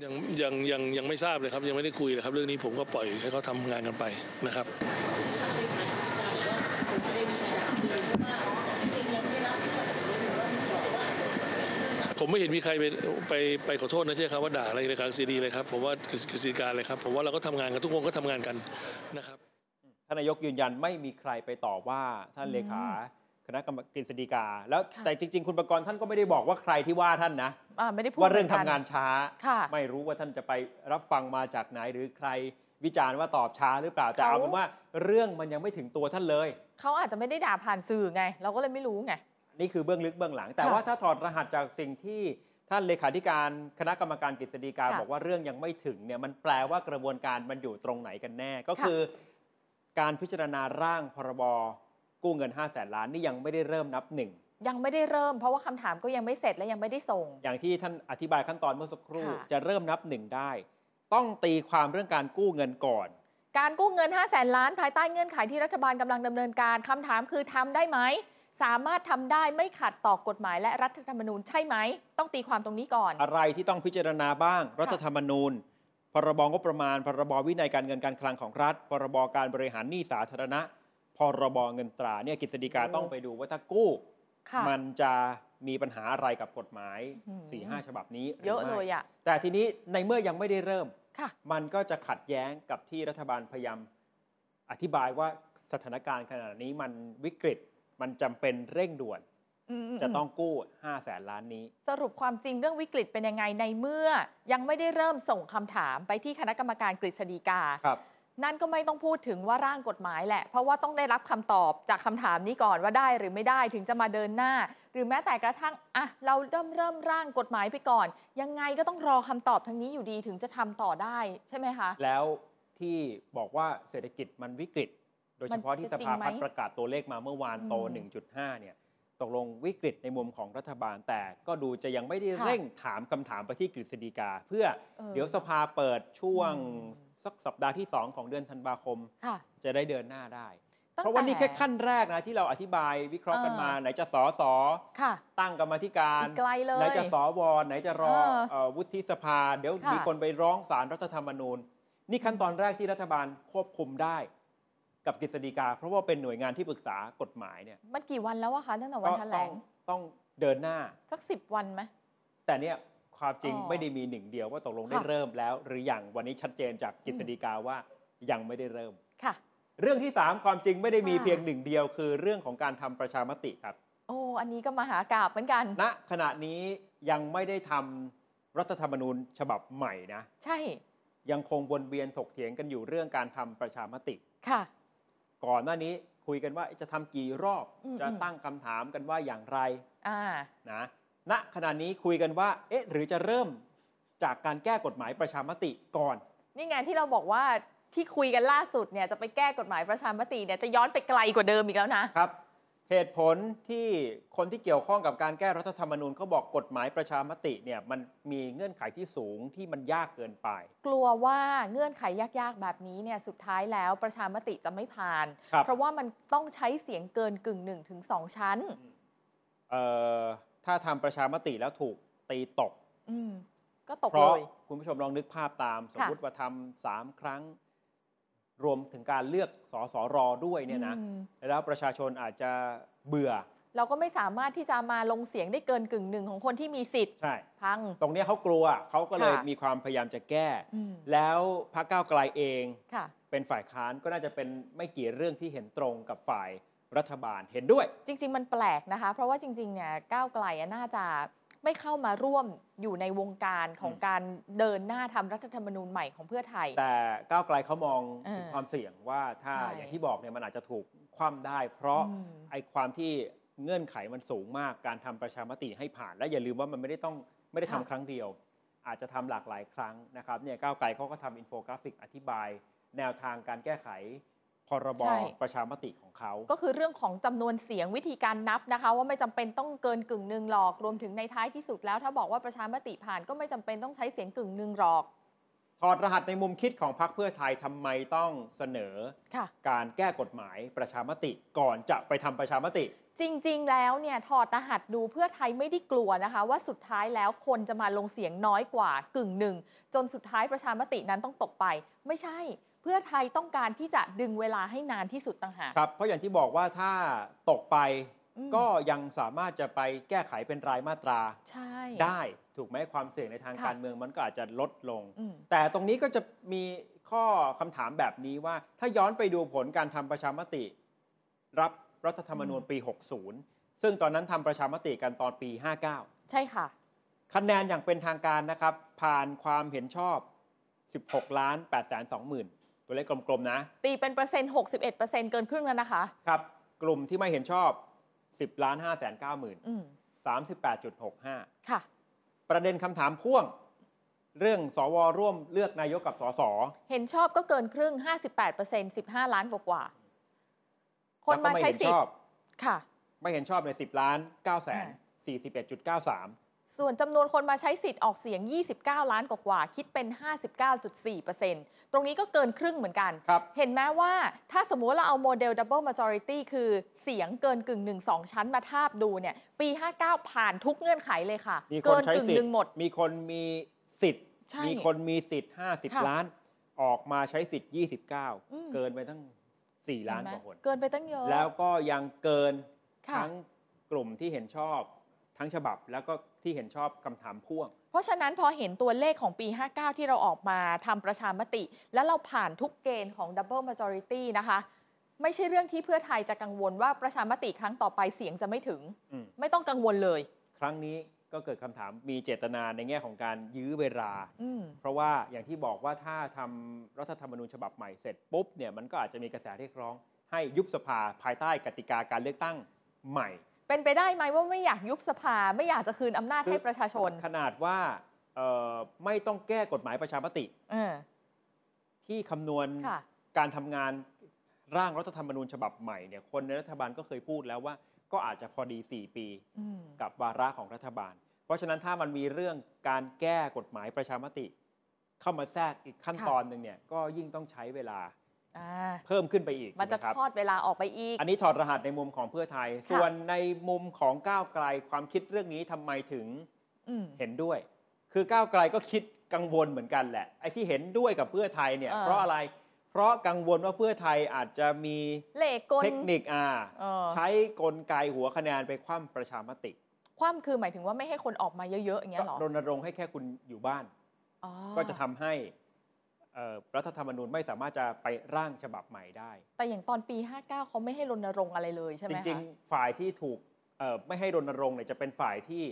ยังยังยังยังไม่ทราบเลยครับ ยังไม่ได้คุยเลยครับเรื่องนี้ผมก็ปล่อยให้เขาทำงานกันไปนะครับ ผมไม่เห็นมีใครไปไปไปขอโทษนะใช่ครับว่าด่าอะไรเลยครับซีดีเลยครับผมว่ากฤษฎีการเลยครับผมว่าเราก็ทำงานกันทุกคนก็ทำงานกันนะครับ
ท่านนายกยืนยันไม่มีใครไปต่อว่าท่าน
อืม
เลขาคณะกรรมการกฤษฎีกา แล้ว
ค่ะ
แต่จริง ๆ คุณประกรณ์ท่านก็ไม่ได้บอกว่าใครที่ว่าท่านนะ
อ่าไม่ได้พูด
ว่าเรื่อ
ห
ง
มื
ทำ
กั
งานช้า
ค่ะ
ไม่รู้ว่าท่านจะไปรับฟังมาจากไหนหรือใครวิจารณ์ว่าตอบช้าหรือเปล่าแต่เอาเป็นว่าเรื่องมันยังไม่ถึงตัวท่านเลย
เขาอาจจะไม่ได้ด่าผ่านสื่อไง เราก็เลยไม่รู้ไง
นี่คือเบื้องลึกเบื้องหลัง แต่
ค่ะ
ว่าถ้าถอดรหัสจากสิ่งที่ท่านเลขาธิการคณะกรรมการกฤษฎีกา
ค่ะ
บอกว่าเรื่องยังไม่ถึงเนี่ยมันแปลว่ากระบวนการมันอยู่ตรงไหนกันแน่ ก็
ค่ะ
คือ การพิจารณาร่างพรบกู้เงิน 5 0 0แสนล้านนี่ยังไม่ได้เริ่มนับหนึ่ง
ยังไม่ได้เริ่มเพราะว่าคำถามก็ยังไม่เสร็จและยังไม่ได้ส่ง
อย่างที่ท่านอธิบายขั้นตอนเมื่อสักครู่
ค่ะ
จะเริ่มนับหนึ่งได้ ต้องตีความเรื่องการกู้เงินก่อน
การกู้เงิน 5 0 0แสนล้านภายใต้เงื่อนไขที่รัฐบาลกำลังดำเนินการคำถามคือทำได้ไหม สามารถทำได้ไม่ขัดต่อกฎหมายและรัฐธรรมนูญใช่ไหม ต้องตีความตรงนี้ก่อน
อะไรที่ต้องพิจารณาบ้าง รัฐธรรมนูญ พรบงบประมาณ พรบวินัยการเงินการคลังของรัฐ พรบการบริหารหนี้สาธารณะ พรบเงินตราเนี่ยกฤษฎีกาต้องไปดูว่าถ้ากู้
ค่ะ
มันจะมีปัญหาอะไรกับกฎหมาย
อื้อหือ
4-5หฉบับนี้หรื
เยอะเล
ไม่
ยอ่ะ
แต่ทีนี้ในเมื่อยังไม่ได้เริ่ม
ค่ะ
มันก็จะขัดแย้งกับที่รัฐบาลพยายามอธิบายว่าสถานการณ์ขนาดนี้มันวิกฤต มันจำเป็นเร่งด่วน
อืม
จะต้องกู้ 5 0 0แสนล้านนี้
สรุปความจริงเรื่องวิกฤตเป็นยังไงในเมื่อ ยังไม่ได้เริ่มส่งคำถามไปที่คณะกรรมการกฤษฎีกา
ครับ
นั่นก็ไม่ต้องพูดถึงว่าร่างกฎหมายแหละ เพราะว่าต้องได้รับคำตอบจากคำถามนี้ก่อนว่าได้หรือไม่ได้ถึงจะมาเดินหน้า หรือแม้แต่กระทั่งอ่ะเราเริ่มเริ่มร่างกฎหมายไปก่อน ยังไงก็ต้องรอคำตอบทางนี้อยู่ดีถึงจะทำต่อได้ใช่ไหมคะ
แล้วที่บอกว่าเศรษฐกิจมันวิกฤต โดยเฉพาะ
มัน
ที่
จะ
ส
จริง
ภาพัฒ
ไห
น์
ม
ประกาศตัวเลขมาเมื่อวานโต
อืม
1.5 เนี่ย ตกลงวิกฤตในมุมของรัฐบาลแต่ก็ดูจะยังไม่ได้
ค่ะ
เร่งถามคำถามไปที่กฤษฎีกา เพื่อ
เออ
เดี๋ยวสภาเปิดช่วง
อืม
สักสัปดาห์ที่ 2 ของเดือนธันวาคม
ค่ะ
จะได้เดินหน้าได้
ตั้ง
เพราะว่านี่แค่
แต่
ขั้นแรกนะ ที่เราอธิบายวิเคราะห์กันมา
เออ
ไหนจะสอสอ
ค่ะ
ตั้งกรรมาธิการ
อีกไกลเลย
ไหนจะสวไหนจะรอ
เออ
เอ่อวุฒิสภา เดี๋ยว
ค่ะ
มีคนไปร้องศาลรรัฐธรรมนูญ นี่ขั้นตอนแรกที่รัฐบาลควบคุมได้ กับกฤษฎีกา เพราะว่าเป็นหน่วยงานที่ปรึกษากฎหมายเนี่ย
มันกี่วันแล้วอะคะตั้งแต่
ก็
วันแถล
ต้อง
ง
ต้องเดินหน้า
สักสิบวันไหม
แต่เนี่ยความจริง
อ๋อ
ไม่ได้มีหนึ่งเดียวว่าตกลง
ค่ะ
ได้เริ่มแล้ว หรือยังวันนี้ชัดเจนจากกฤษฎีกาว่ายังไม่ได้เริ่ม
ค่ะ
เรื่องที่ 3 ความจริงไม่ได้มี
ค่ะ
เพียงหนึ่งเดียว คือเรื่องของการทำประชามติครับ
โอ้อันนี้ก็มหากราบเหมือนกัน
ณขณะนี้ยังไม่ได้ทำรัฐธรรมนูญฉบับใหม่นะ
ใช่
ยังคงวนเวียนถกเถียงกันอยู่เรื่องการทำประชามติ
ค่ะ
ก่อนหน้านี้คุยกันว่าจะทำกี่รอบ
อืม
จะตั้งคำถามกันว่าอย่างไร
อ่า
นะ ณขณะนี้คุยกันว่า เอ๊ะ หรือจะเริ่มจากการแก้กฎหมายประชามติก่อน
นี่ไงที่เราบอกว่าที่คุยกันล่าสุดเนี่ยจะไปแก้กฎหมายประชามติเนี่ยจะย้อนไปไกลกว่าเดิมอีกแล้วนะ
ครับ เหตุผลที่คนที่เกี่ยวข้องกับการแก้รัฐธรรมนูญเขาบอกกฎหมายประชามติเนี่ยมันมีเงื่อนไขที่สูงที่มันยากเกินไป
กลัวว่าเงื่อนไขยากๆ แบบนี้เนี่ยสุดท้ายแล้วประชามติจะไม่ผ่าน
ครับ
เพราะว่ามันต้องใช้เสียงเกินกึ่งหนึ่งถึงสองชั้น
เอ่อถ้าทำประชามติแล้วถูกตีตก
อืมก็ตก
เพ
เล
ราะ
ย
คุณผู้ชมลองนึกภาพตาม สม
ค่ะ
มติว่าทำสามครั้ง รวมถึงการเลือกสอสอรอด้วยเนี่ยนะ
อืม
แล้วประชาชนอาจจะเบื่อ
เราก็ไม่สามารถที่จะมาลงเสียงได้เกินกึ่งหนึ่งของคนที่มีสิทธิ์
ใช่
พัง
ตรงเนี้ยเขากลัวเขาก็เลย
ค่ะ
มีความพยายามจะแก้
อืม
แล้วพรรคก้าวไกลเอง
ค่ะ
เป็นฝ่ายค้านก็น่าจะเป็นไม่กี่เรื่องที่เห็นตรงกับฝ่ายรัฐบาลเห็นด้วย
จริง ๆ มันแปลกนะคะ เพราะว่าจริง ๆ เนี่ยก้าวไกลอะน่าจะไม่เข้ามาร่วมอยู่ในวงการของ
อืม
การเดินหน้าทำรัฐธรรมนูญใหม่ของเพื่อไทย
แต่ก้าวไกลเขามอง
เออ
ถึงความเสี่ยงว่าถ้า
ใช่
อย่างที่บอกเนี่ยมันอาจจะถูกคว่ำได้ เพราะ
อืม
ไอ้ความที่เงื่อนไขมันสูงมากการทำประชามติให้ผ่าน และอย่าลืมว่ามันไม่ได้ต้องไม่ได้ทำครั้งเดียว อาจจะทำหลากหลายครั้งนะครับเนี่ยก้าวไกลเขาก็ทำอินโฟกราฟิกอธิบาย แนวทางการแก้ไขพรบ
ใช่
ประชามติของเขา
ก็คือเรื่องของจำนวนเสียงวิธีการนับนะคะ ว่าไม่จำเป็นต้องเกินกึ่งหนึ่งหรอกรวมถึงในท้ายที่สุดแล้ว ถ้าบอกว่าประชามติผ่านก็ไม่จำเป็นต้องใช้เสียงกึ่งหนึ่งหรอก
ถอดรหัสในมุมคิดของพรรคเพื่อไทยทำไมต้องเสนอ
ค่ะ
การแก้กฎหมายประชามติก่อนจะไปทำประชามติ
จริง ๆ แล้วเนี่ยถอดรหัสดูเพื่อไทยไม่ได้กลัวนะคะ ว่าสุดท้ายแล้วคนจะมาลงเสียงน้อยกว่ากึ่งหนึ่งจนสุดท้ายประชามตินั้นต้องตกไป ไม่ใช่ เพื่อไทยต้องการที่จะดึงเวลาให้นานที่สุดต่างหาก
ครับ เพราะอย่างที่บอกว่าถ้าตกไป
อืม
ก็ยังสามารถจะไปแก้ไขเป็นรายมาตรา
ใช่
ได้ถูกไหมความเสี่ยงในทาง
ค่ะ
การเมืองมันก็อาจจะลดลง
อืม
แต่ตรงนี้ก็จะมีข้อคำถามแบบนี้ว่า ถ้าย้อนไปดูผลการทำประชามติ รับรัฐธรรมนูญปี 60 ซึ่งตอนนั้นทำประชามติกันตอนปี 59
ใช่ค่ะ
คะแนนอย่างเป็นทางการนะครับ ผ่านความเห็นชอบ 16 ล้าน8แสน2หมื่นตัวเลขกลมๆนะ
ตีเป็นเปอร์เซ็นต์61เปอร์เซ็นต์เกินครึ่งแล้วนะคะ
ครับ กลุ่มที่ไม่เห็นชอบ 10 ล้าน5แสน9หมื่น
อืม
38.65
ค่ะ
ประเด็นคำถามพ่วง เรื่องสวร่วมเลือกนายกกับสส
เห็นชอบก็เกินครึ่ง 58% 15 ล้านกว่ากว่าๆคน
แล้วก็
มา
ไม่
ใช้
เห็น
สิท
ชอ
ธิ์
บ
ค่ะ
ไม่เห็นชอบใน 10 ล้าน9แสน41.93
ส่วนจำนวนคนมาใช้สิทธิ์ออกเสียง 29 ล้านกว่าๆคิดเป็น 59.4%ตรงนี้ก็เกินครึ่งเหมือนกัน
ครับ
เห็นไหมว่าถ้าสมมุติเราเอาโมเดล Double Majority คือเสียงเกินกึ่งหนึ่งสองชั้นมาทาบดูเนี่ย ปี 59 ผ่านทุกเงื่อนไขเลยค่ะ
มีค
เกิ
น
น
ใช้
กึ่ง
สิท
หนึ่ง
ธิ์
หมด
มีคนมีสิทธิ์
ใช่
มีคนมีสิทธิ์
ค่ะ
50 ล้าน ออกมาใช้สิทธิ์
อืม
29 เกินไปตั้ง 4 ล้าน
เห็
ก
ไหม
ว่าคน
เกินไปตั้งเยอะ
แล้วก็ยังเกิน
ค่ะ
ทั้งกลุ่มที่เห็นชอบทั้งฉบับแล้วก็ที่เห็นชอบคำถามพ่วง
เพราะฉะนั้นพอเห็นตัวเลขของปี 59 ที่เราออกมาทำประชามติ แล้วเราผ่านทุกเกณฑ์ของ Double Majority นะคะ ไม่ใช่เรื่องที่เพื่อไทยจะกังวลว่าประชามติครั้งต่อไปเสียงจะไม่ถึง
อืม
ไม่ต้องกังวลเลย
ครั้งนี้ก็เกิดคำถามมีเจตนาในแง่ของการยื้อเวลา
อืม
เพราะว่าอย่างที่บอกว่าถ้าทำรัฐธรรมนูญฉบับใหม่เสร็จปุ๊บเนี่ยมันก็อาจจะมีกระแสเรียกร้องให้ยุบสภาภายใต้กติกาการเลือกตั้งใหม่
เป็นไปได้ไหมว่าไม่อยากยุบสภาไม่อยากจะคืนอำนาจ
คือ
ให้ประชาชน
ขนาดว่าเอ่อไม่ต้องแก้กฎหมายประชามติ
เออ
ที่คำนวณ
ค่ะ
การทำงานร่างรัฐธรรมนูญฉบับใหม่เนี่ยคนในรัฐบาลก็เคยพูดแล้วว่า ก็อาจจะพอดี 4 ปี
อืม
กับวาระของรัฐบาล เพราะฉะนั้นถ้ามันมีเรื่องการแก้กฎหมายประชามติ เข้ามาแทรกอีกขั้น
ค่ะ
ตอนหนึ่งเนี่ยก็ยิ่งต้องใช้เวลา
อ่า
เพิ่มขึ้นไปอีก
มันจะ
ถูกไหครับ
ทอดเวลาออกไปอีก
อันนี้ถอดรหัสในมุมของเพื่อไทย ส่วนในมุมของก้าวไกลความคิดเรื่องนี้ทำไมถึง
อืม
เห็นด้วย คือก้าวไกลก็คิดกังวลเหมือนกันแหละไอ้ที่เห็นด้วยกับเพื่อไทยเนี่ย
เออ
เพราะอะไร เพราะกังวลว่าเพื่อไทยอาจจะมี
เหล็กกล
เทคนิคอ่า
เออ
ใช้กลไกหัวคะแนนไปคว่ำประชามติ
ความคือหมายถึงว่าไม่ให้คนออกมาเยอะๆอย่างเงี้
ก็
ยเหรอ
รณรงค์ให้แค่คุณอยู่บ้าน
อ๋อ
ก็จะทำให้เอ่อรัฐธรรมนูญไม่สามารถจะไปร่างฉบับใหม่ได้
แต่อย่างตอนปี 59เขาไม่ให้รณรงค์อะไรเลยใช่ไหม
จ
คะ
ริง ๆ ฝ่ายที่ถูกเอ่อไม่ให้รณรงค์เนี่ยจะเป็นฝ่ายที่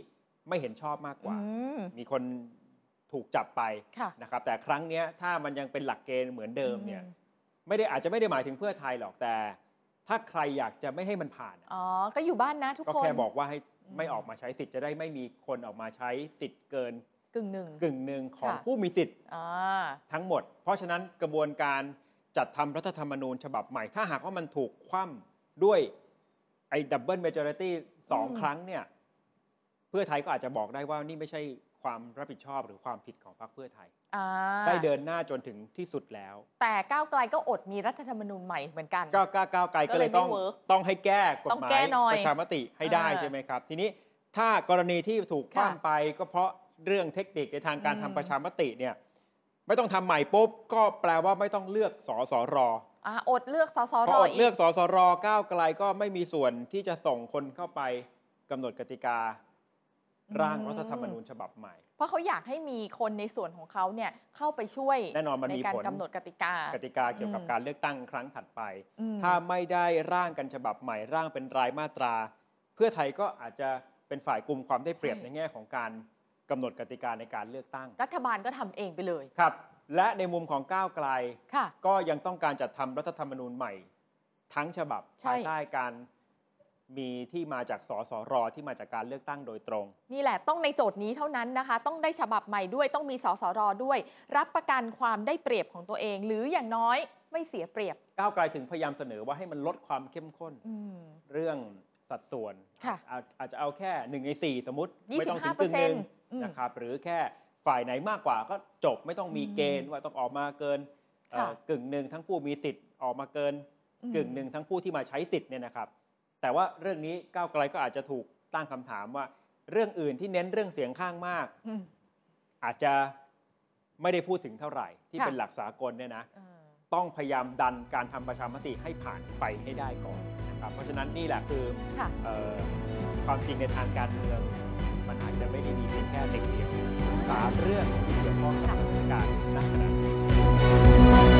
ไม่เห็นชอบมากกว่า
อืม
มีคนถูกจับไป
ค่ะ
นะครับ แต่ครั้งเนี้ยถ้ามันยังเป็นหลักเกณฑ์เหมือนเดิมเนี่ย
อืม
ไม่ได้อาจจะไม่ได้หมายถึงเพื่อไทยหรอกแต่ ถ้าใครอยากจะไม่ให้มันผ่านอะ
อ๋อ ก็อยู่บ้านนะทุก
ก็
คน
แค่บอกว่าให้ไม่ออกมาใช้สิทธิ์จะได้ไม่มีคนออกมาใช้สิทธิ์เกิน
กึ่งหนึ่ง
กึ่งหนึ่งของ
ค่ะ
ผู้มีสิทธิ
อ่า
ทั้งหมด เพราะฉะนั้นกระบวนการจัดทำรัฐธรรมนูญฉบับใหม่ ถ้าหากว่ามันถูกคว่ำด้วยไอ้ดับเบิลเมเจอริตี้สอง
อืม
ครั้งเนี่ย เพื่อไทยก็อาจจะบอกได้ว่านี่ไม่ใช่ความรับผิดชอบหรือความผิดของพรรคเพื่อไทย
อ่า
ได้เดินหน้าจนถึงที่สุดแล้ว
แต่ก้าวไกลก็อดมีรัฐธรรมนูญใหม่เหมือนกัน
ก้าวก้าวก้าวไกลก็เลยต้อง
ก็เลยไม่ work
ต้องให้แก้กฎ
ต้อง
หมาย
แก้หน่อย
ประชามติให้ได้
เออ
ใช่ไหมครับ ทีนี้ถ้ากรณีที่ถูกค
ค่ะ
ว่ำไปก็เพราะเรื่องเทคนิคในทางการ
อื
ทำ
ม
ประชามติเนี่ย ไม่ต้องทำใหม่ปุ๊บก็แปลว่าไม่ต้องเลือกสสร
อ่าอดเลือกสส
พ
ร
ออด
อี
เลือก
ก
สสรก้าวไกลก็ไม่มีส่วนที่จะส่งคนเข้าไปกำหนดกติกา ร่าง
อืม
รัฐธรรมนูญฉบับใหม่
เพราะเขาอยากให้มีคนในส่วนของเขาเนี่ยเข้าไปช่วย
แน่นอนมัน
ใน
มี
การ
ผล
กำหนดกติกาก
กติกาเกี่ยวกับ
อืม
การเลือกตั้งครั้งถัดไป
อืม
ถ้าไม่ได้ร่างกันฉบับใหม่ร่างเป็นรายมาตรา เพื่อไทยก็อาจจะเป็นฝ่ายกลุ่มความได้เปรียบ
ใช่
ในแง่ของการกำหนดกติกาในการเลือกตั้ง
รัฐบาลก็ทำเองไปเลย
ครับ และในมุมของก้าวไกล
ค่ะ
ก็ยังต้องการจัดทำรัฐธรรมนูญใหม่ ทั้งฉบับ
ใช่
ภายใต้การมีที่มาจากสสรที่มาจากการเลือกตั้งโดยตรง
นี่แหละต้องในโจทย์นี้เท่านั้นนะคะ ต้องได้ฉบับใหม่ด้วยต้องมีสสรด้วย รับประกันความได้เปรียบของตัวเอง หรืออย่างน้อยไม่เสียเปรียบ
ก้าวไกลถึงพยายามเสนอว่าให้มันลดความเข้มข้น
อืม
เรื่องสัดส่วน
ค่ะ
อาจอาจจะเอาแค่หนึ่งในสี่สมมติ
25%
ไม่ต้องถึงกึ่งหนึ่ง
อืม
นะครับหรือแค่ฝ่ายไหนมากกว่าก็จบไม่ต้องมี
อืม
เกณฑ์ว่าต้องออกมาเกินเอ่อ
ค่ะ
กึ่งหนึ่งทั้งผู้มีสิทธิ์ออกมาเกิน
อืม
กึ่งหนึ่งทั้งผู้ที่มาใช้สิทธิ์เนี่ยนะครับ แต่ว่าเรื่องนี้ก้าวไกลก็อาจจะถูกตั้งคำถามว่า เรื่องอื่นที่เน้นเรื่องเสียงข้างมาก
อืม
อาจจะไม่ได้พูดถึงเท่าไหร่ ที่
ค่ะ
เป็นหลักสากลเนี่ยนะ
เออ
ต้องพยายามดันการทำประชามติให้ผ่านไปให้ได้ก่อนนะครับเพราะฉะนั้นนี่แหละคือ
ค่ะ
เอ่อความจริงในทางการเมือง มันอาจจะไม่ได้มีเพียงแค่ติ่งเดียวสามเรื่องที่เกี่ยวข้องกับสถานการณ์ณขณะนี้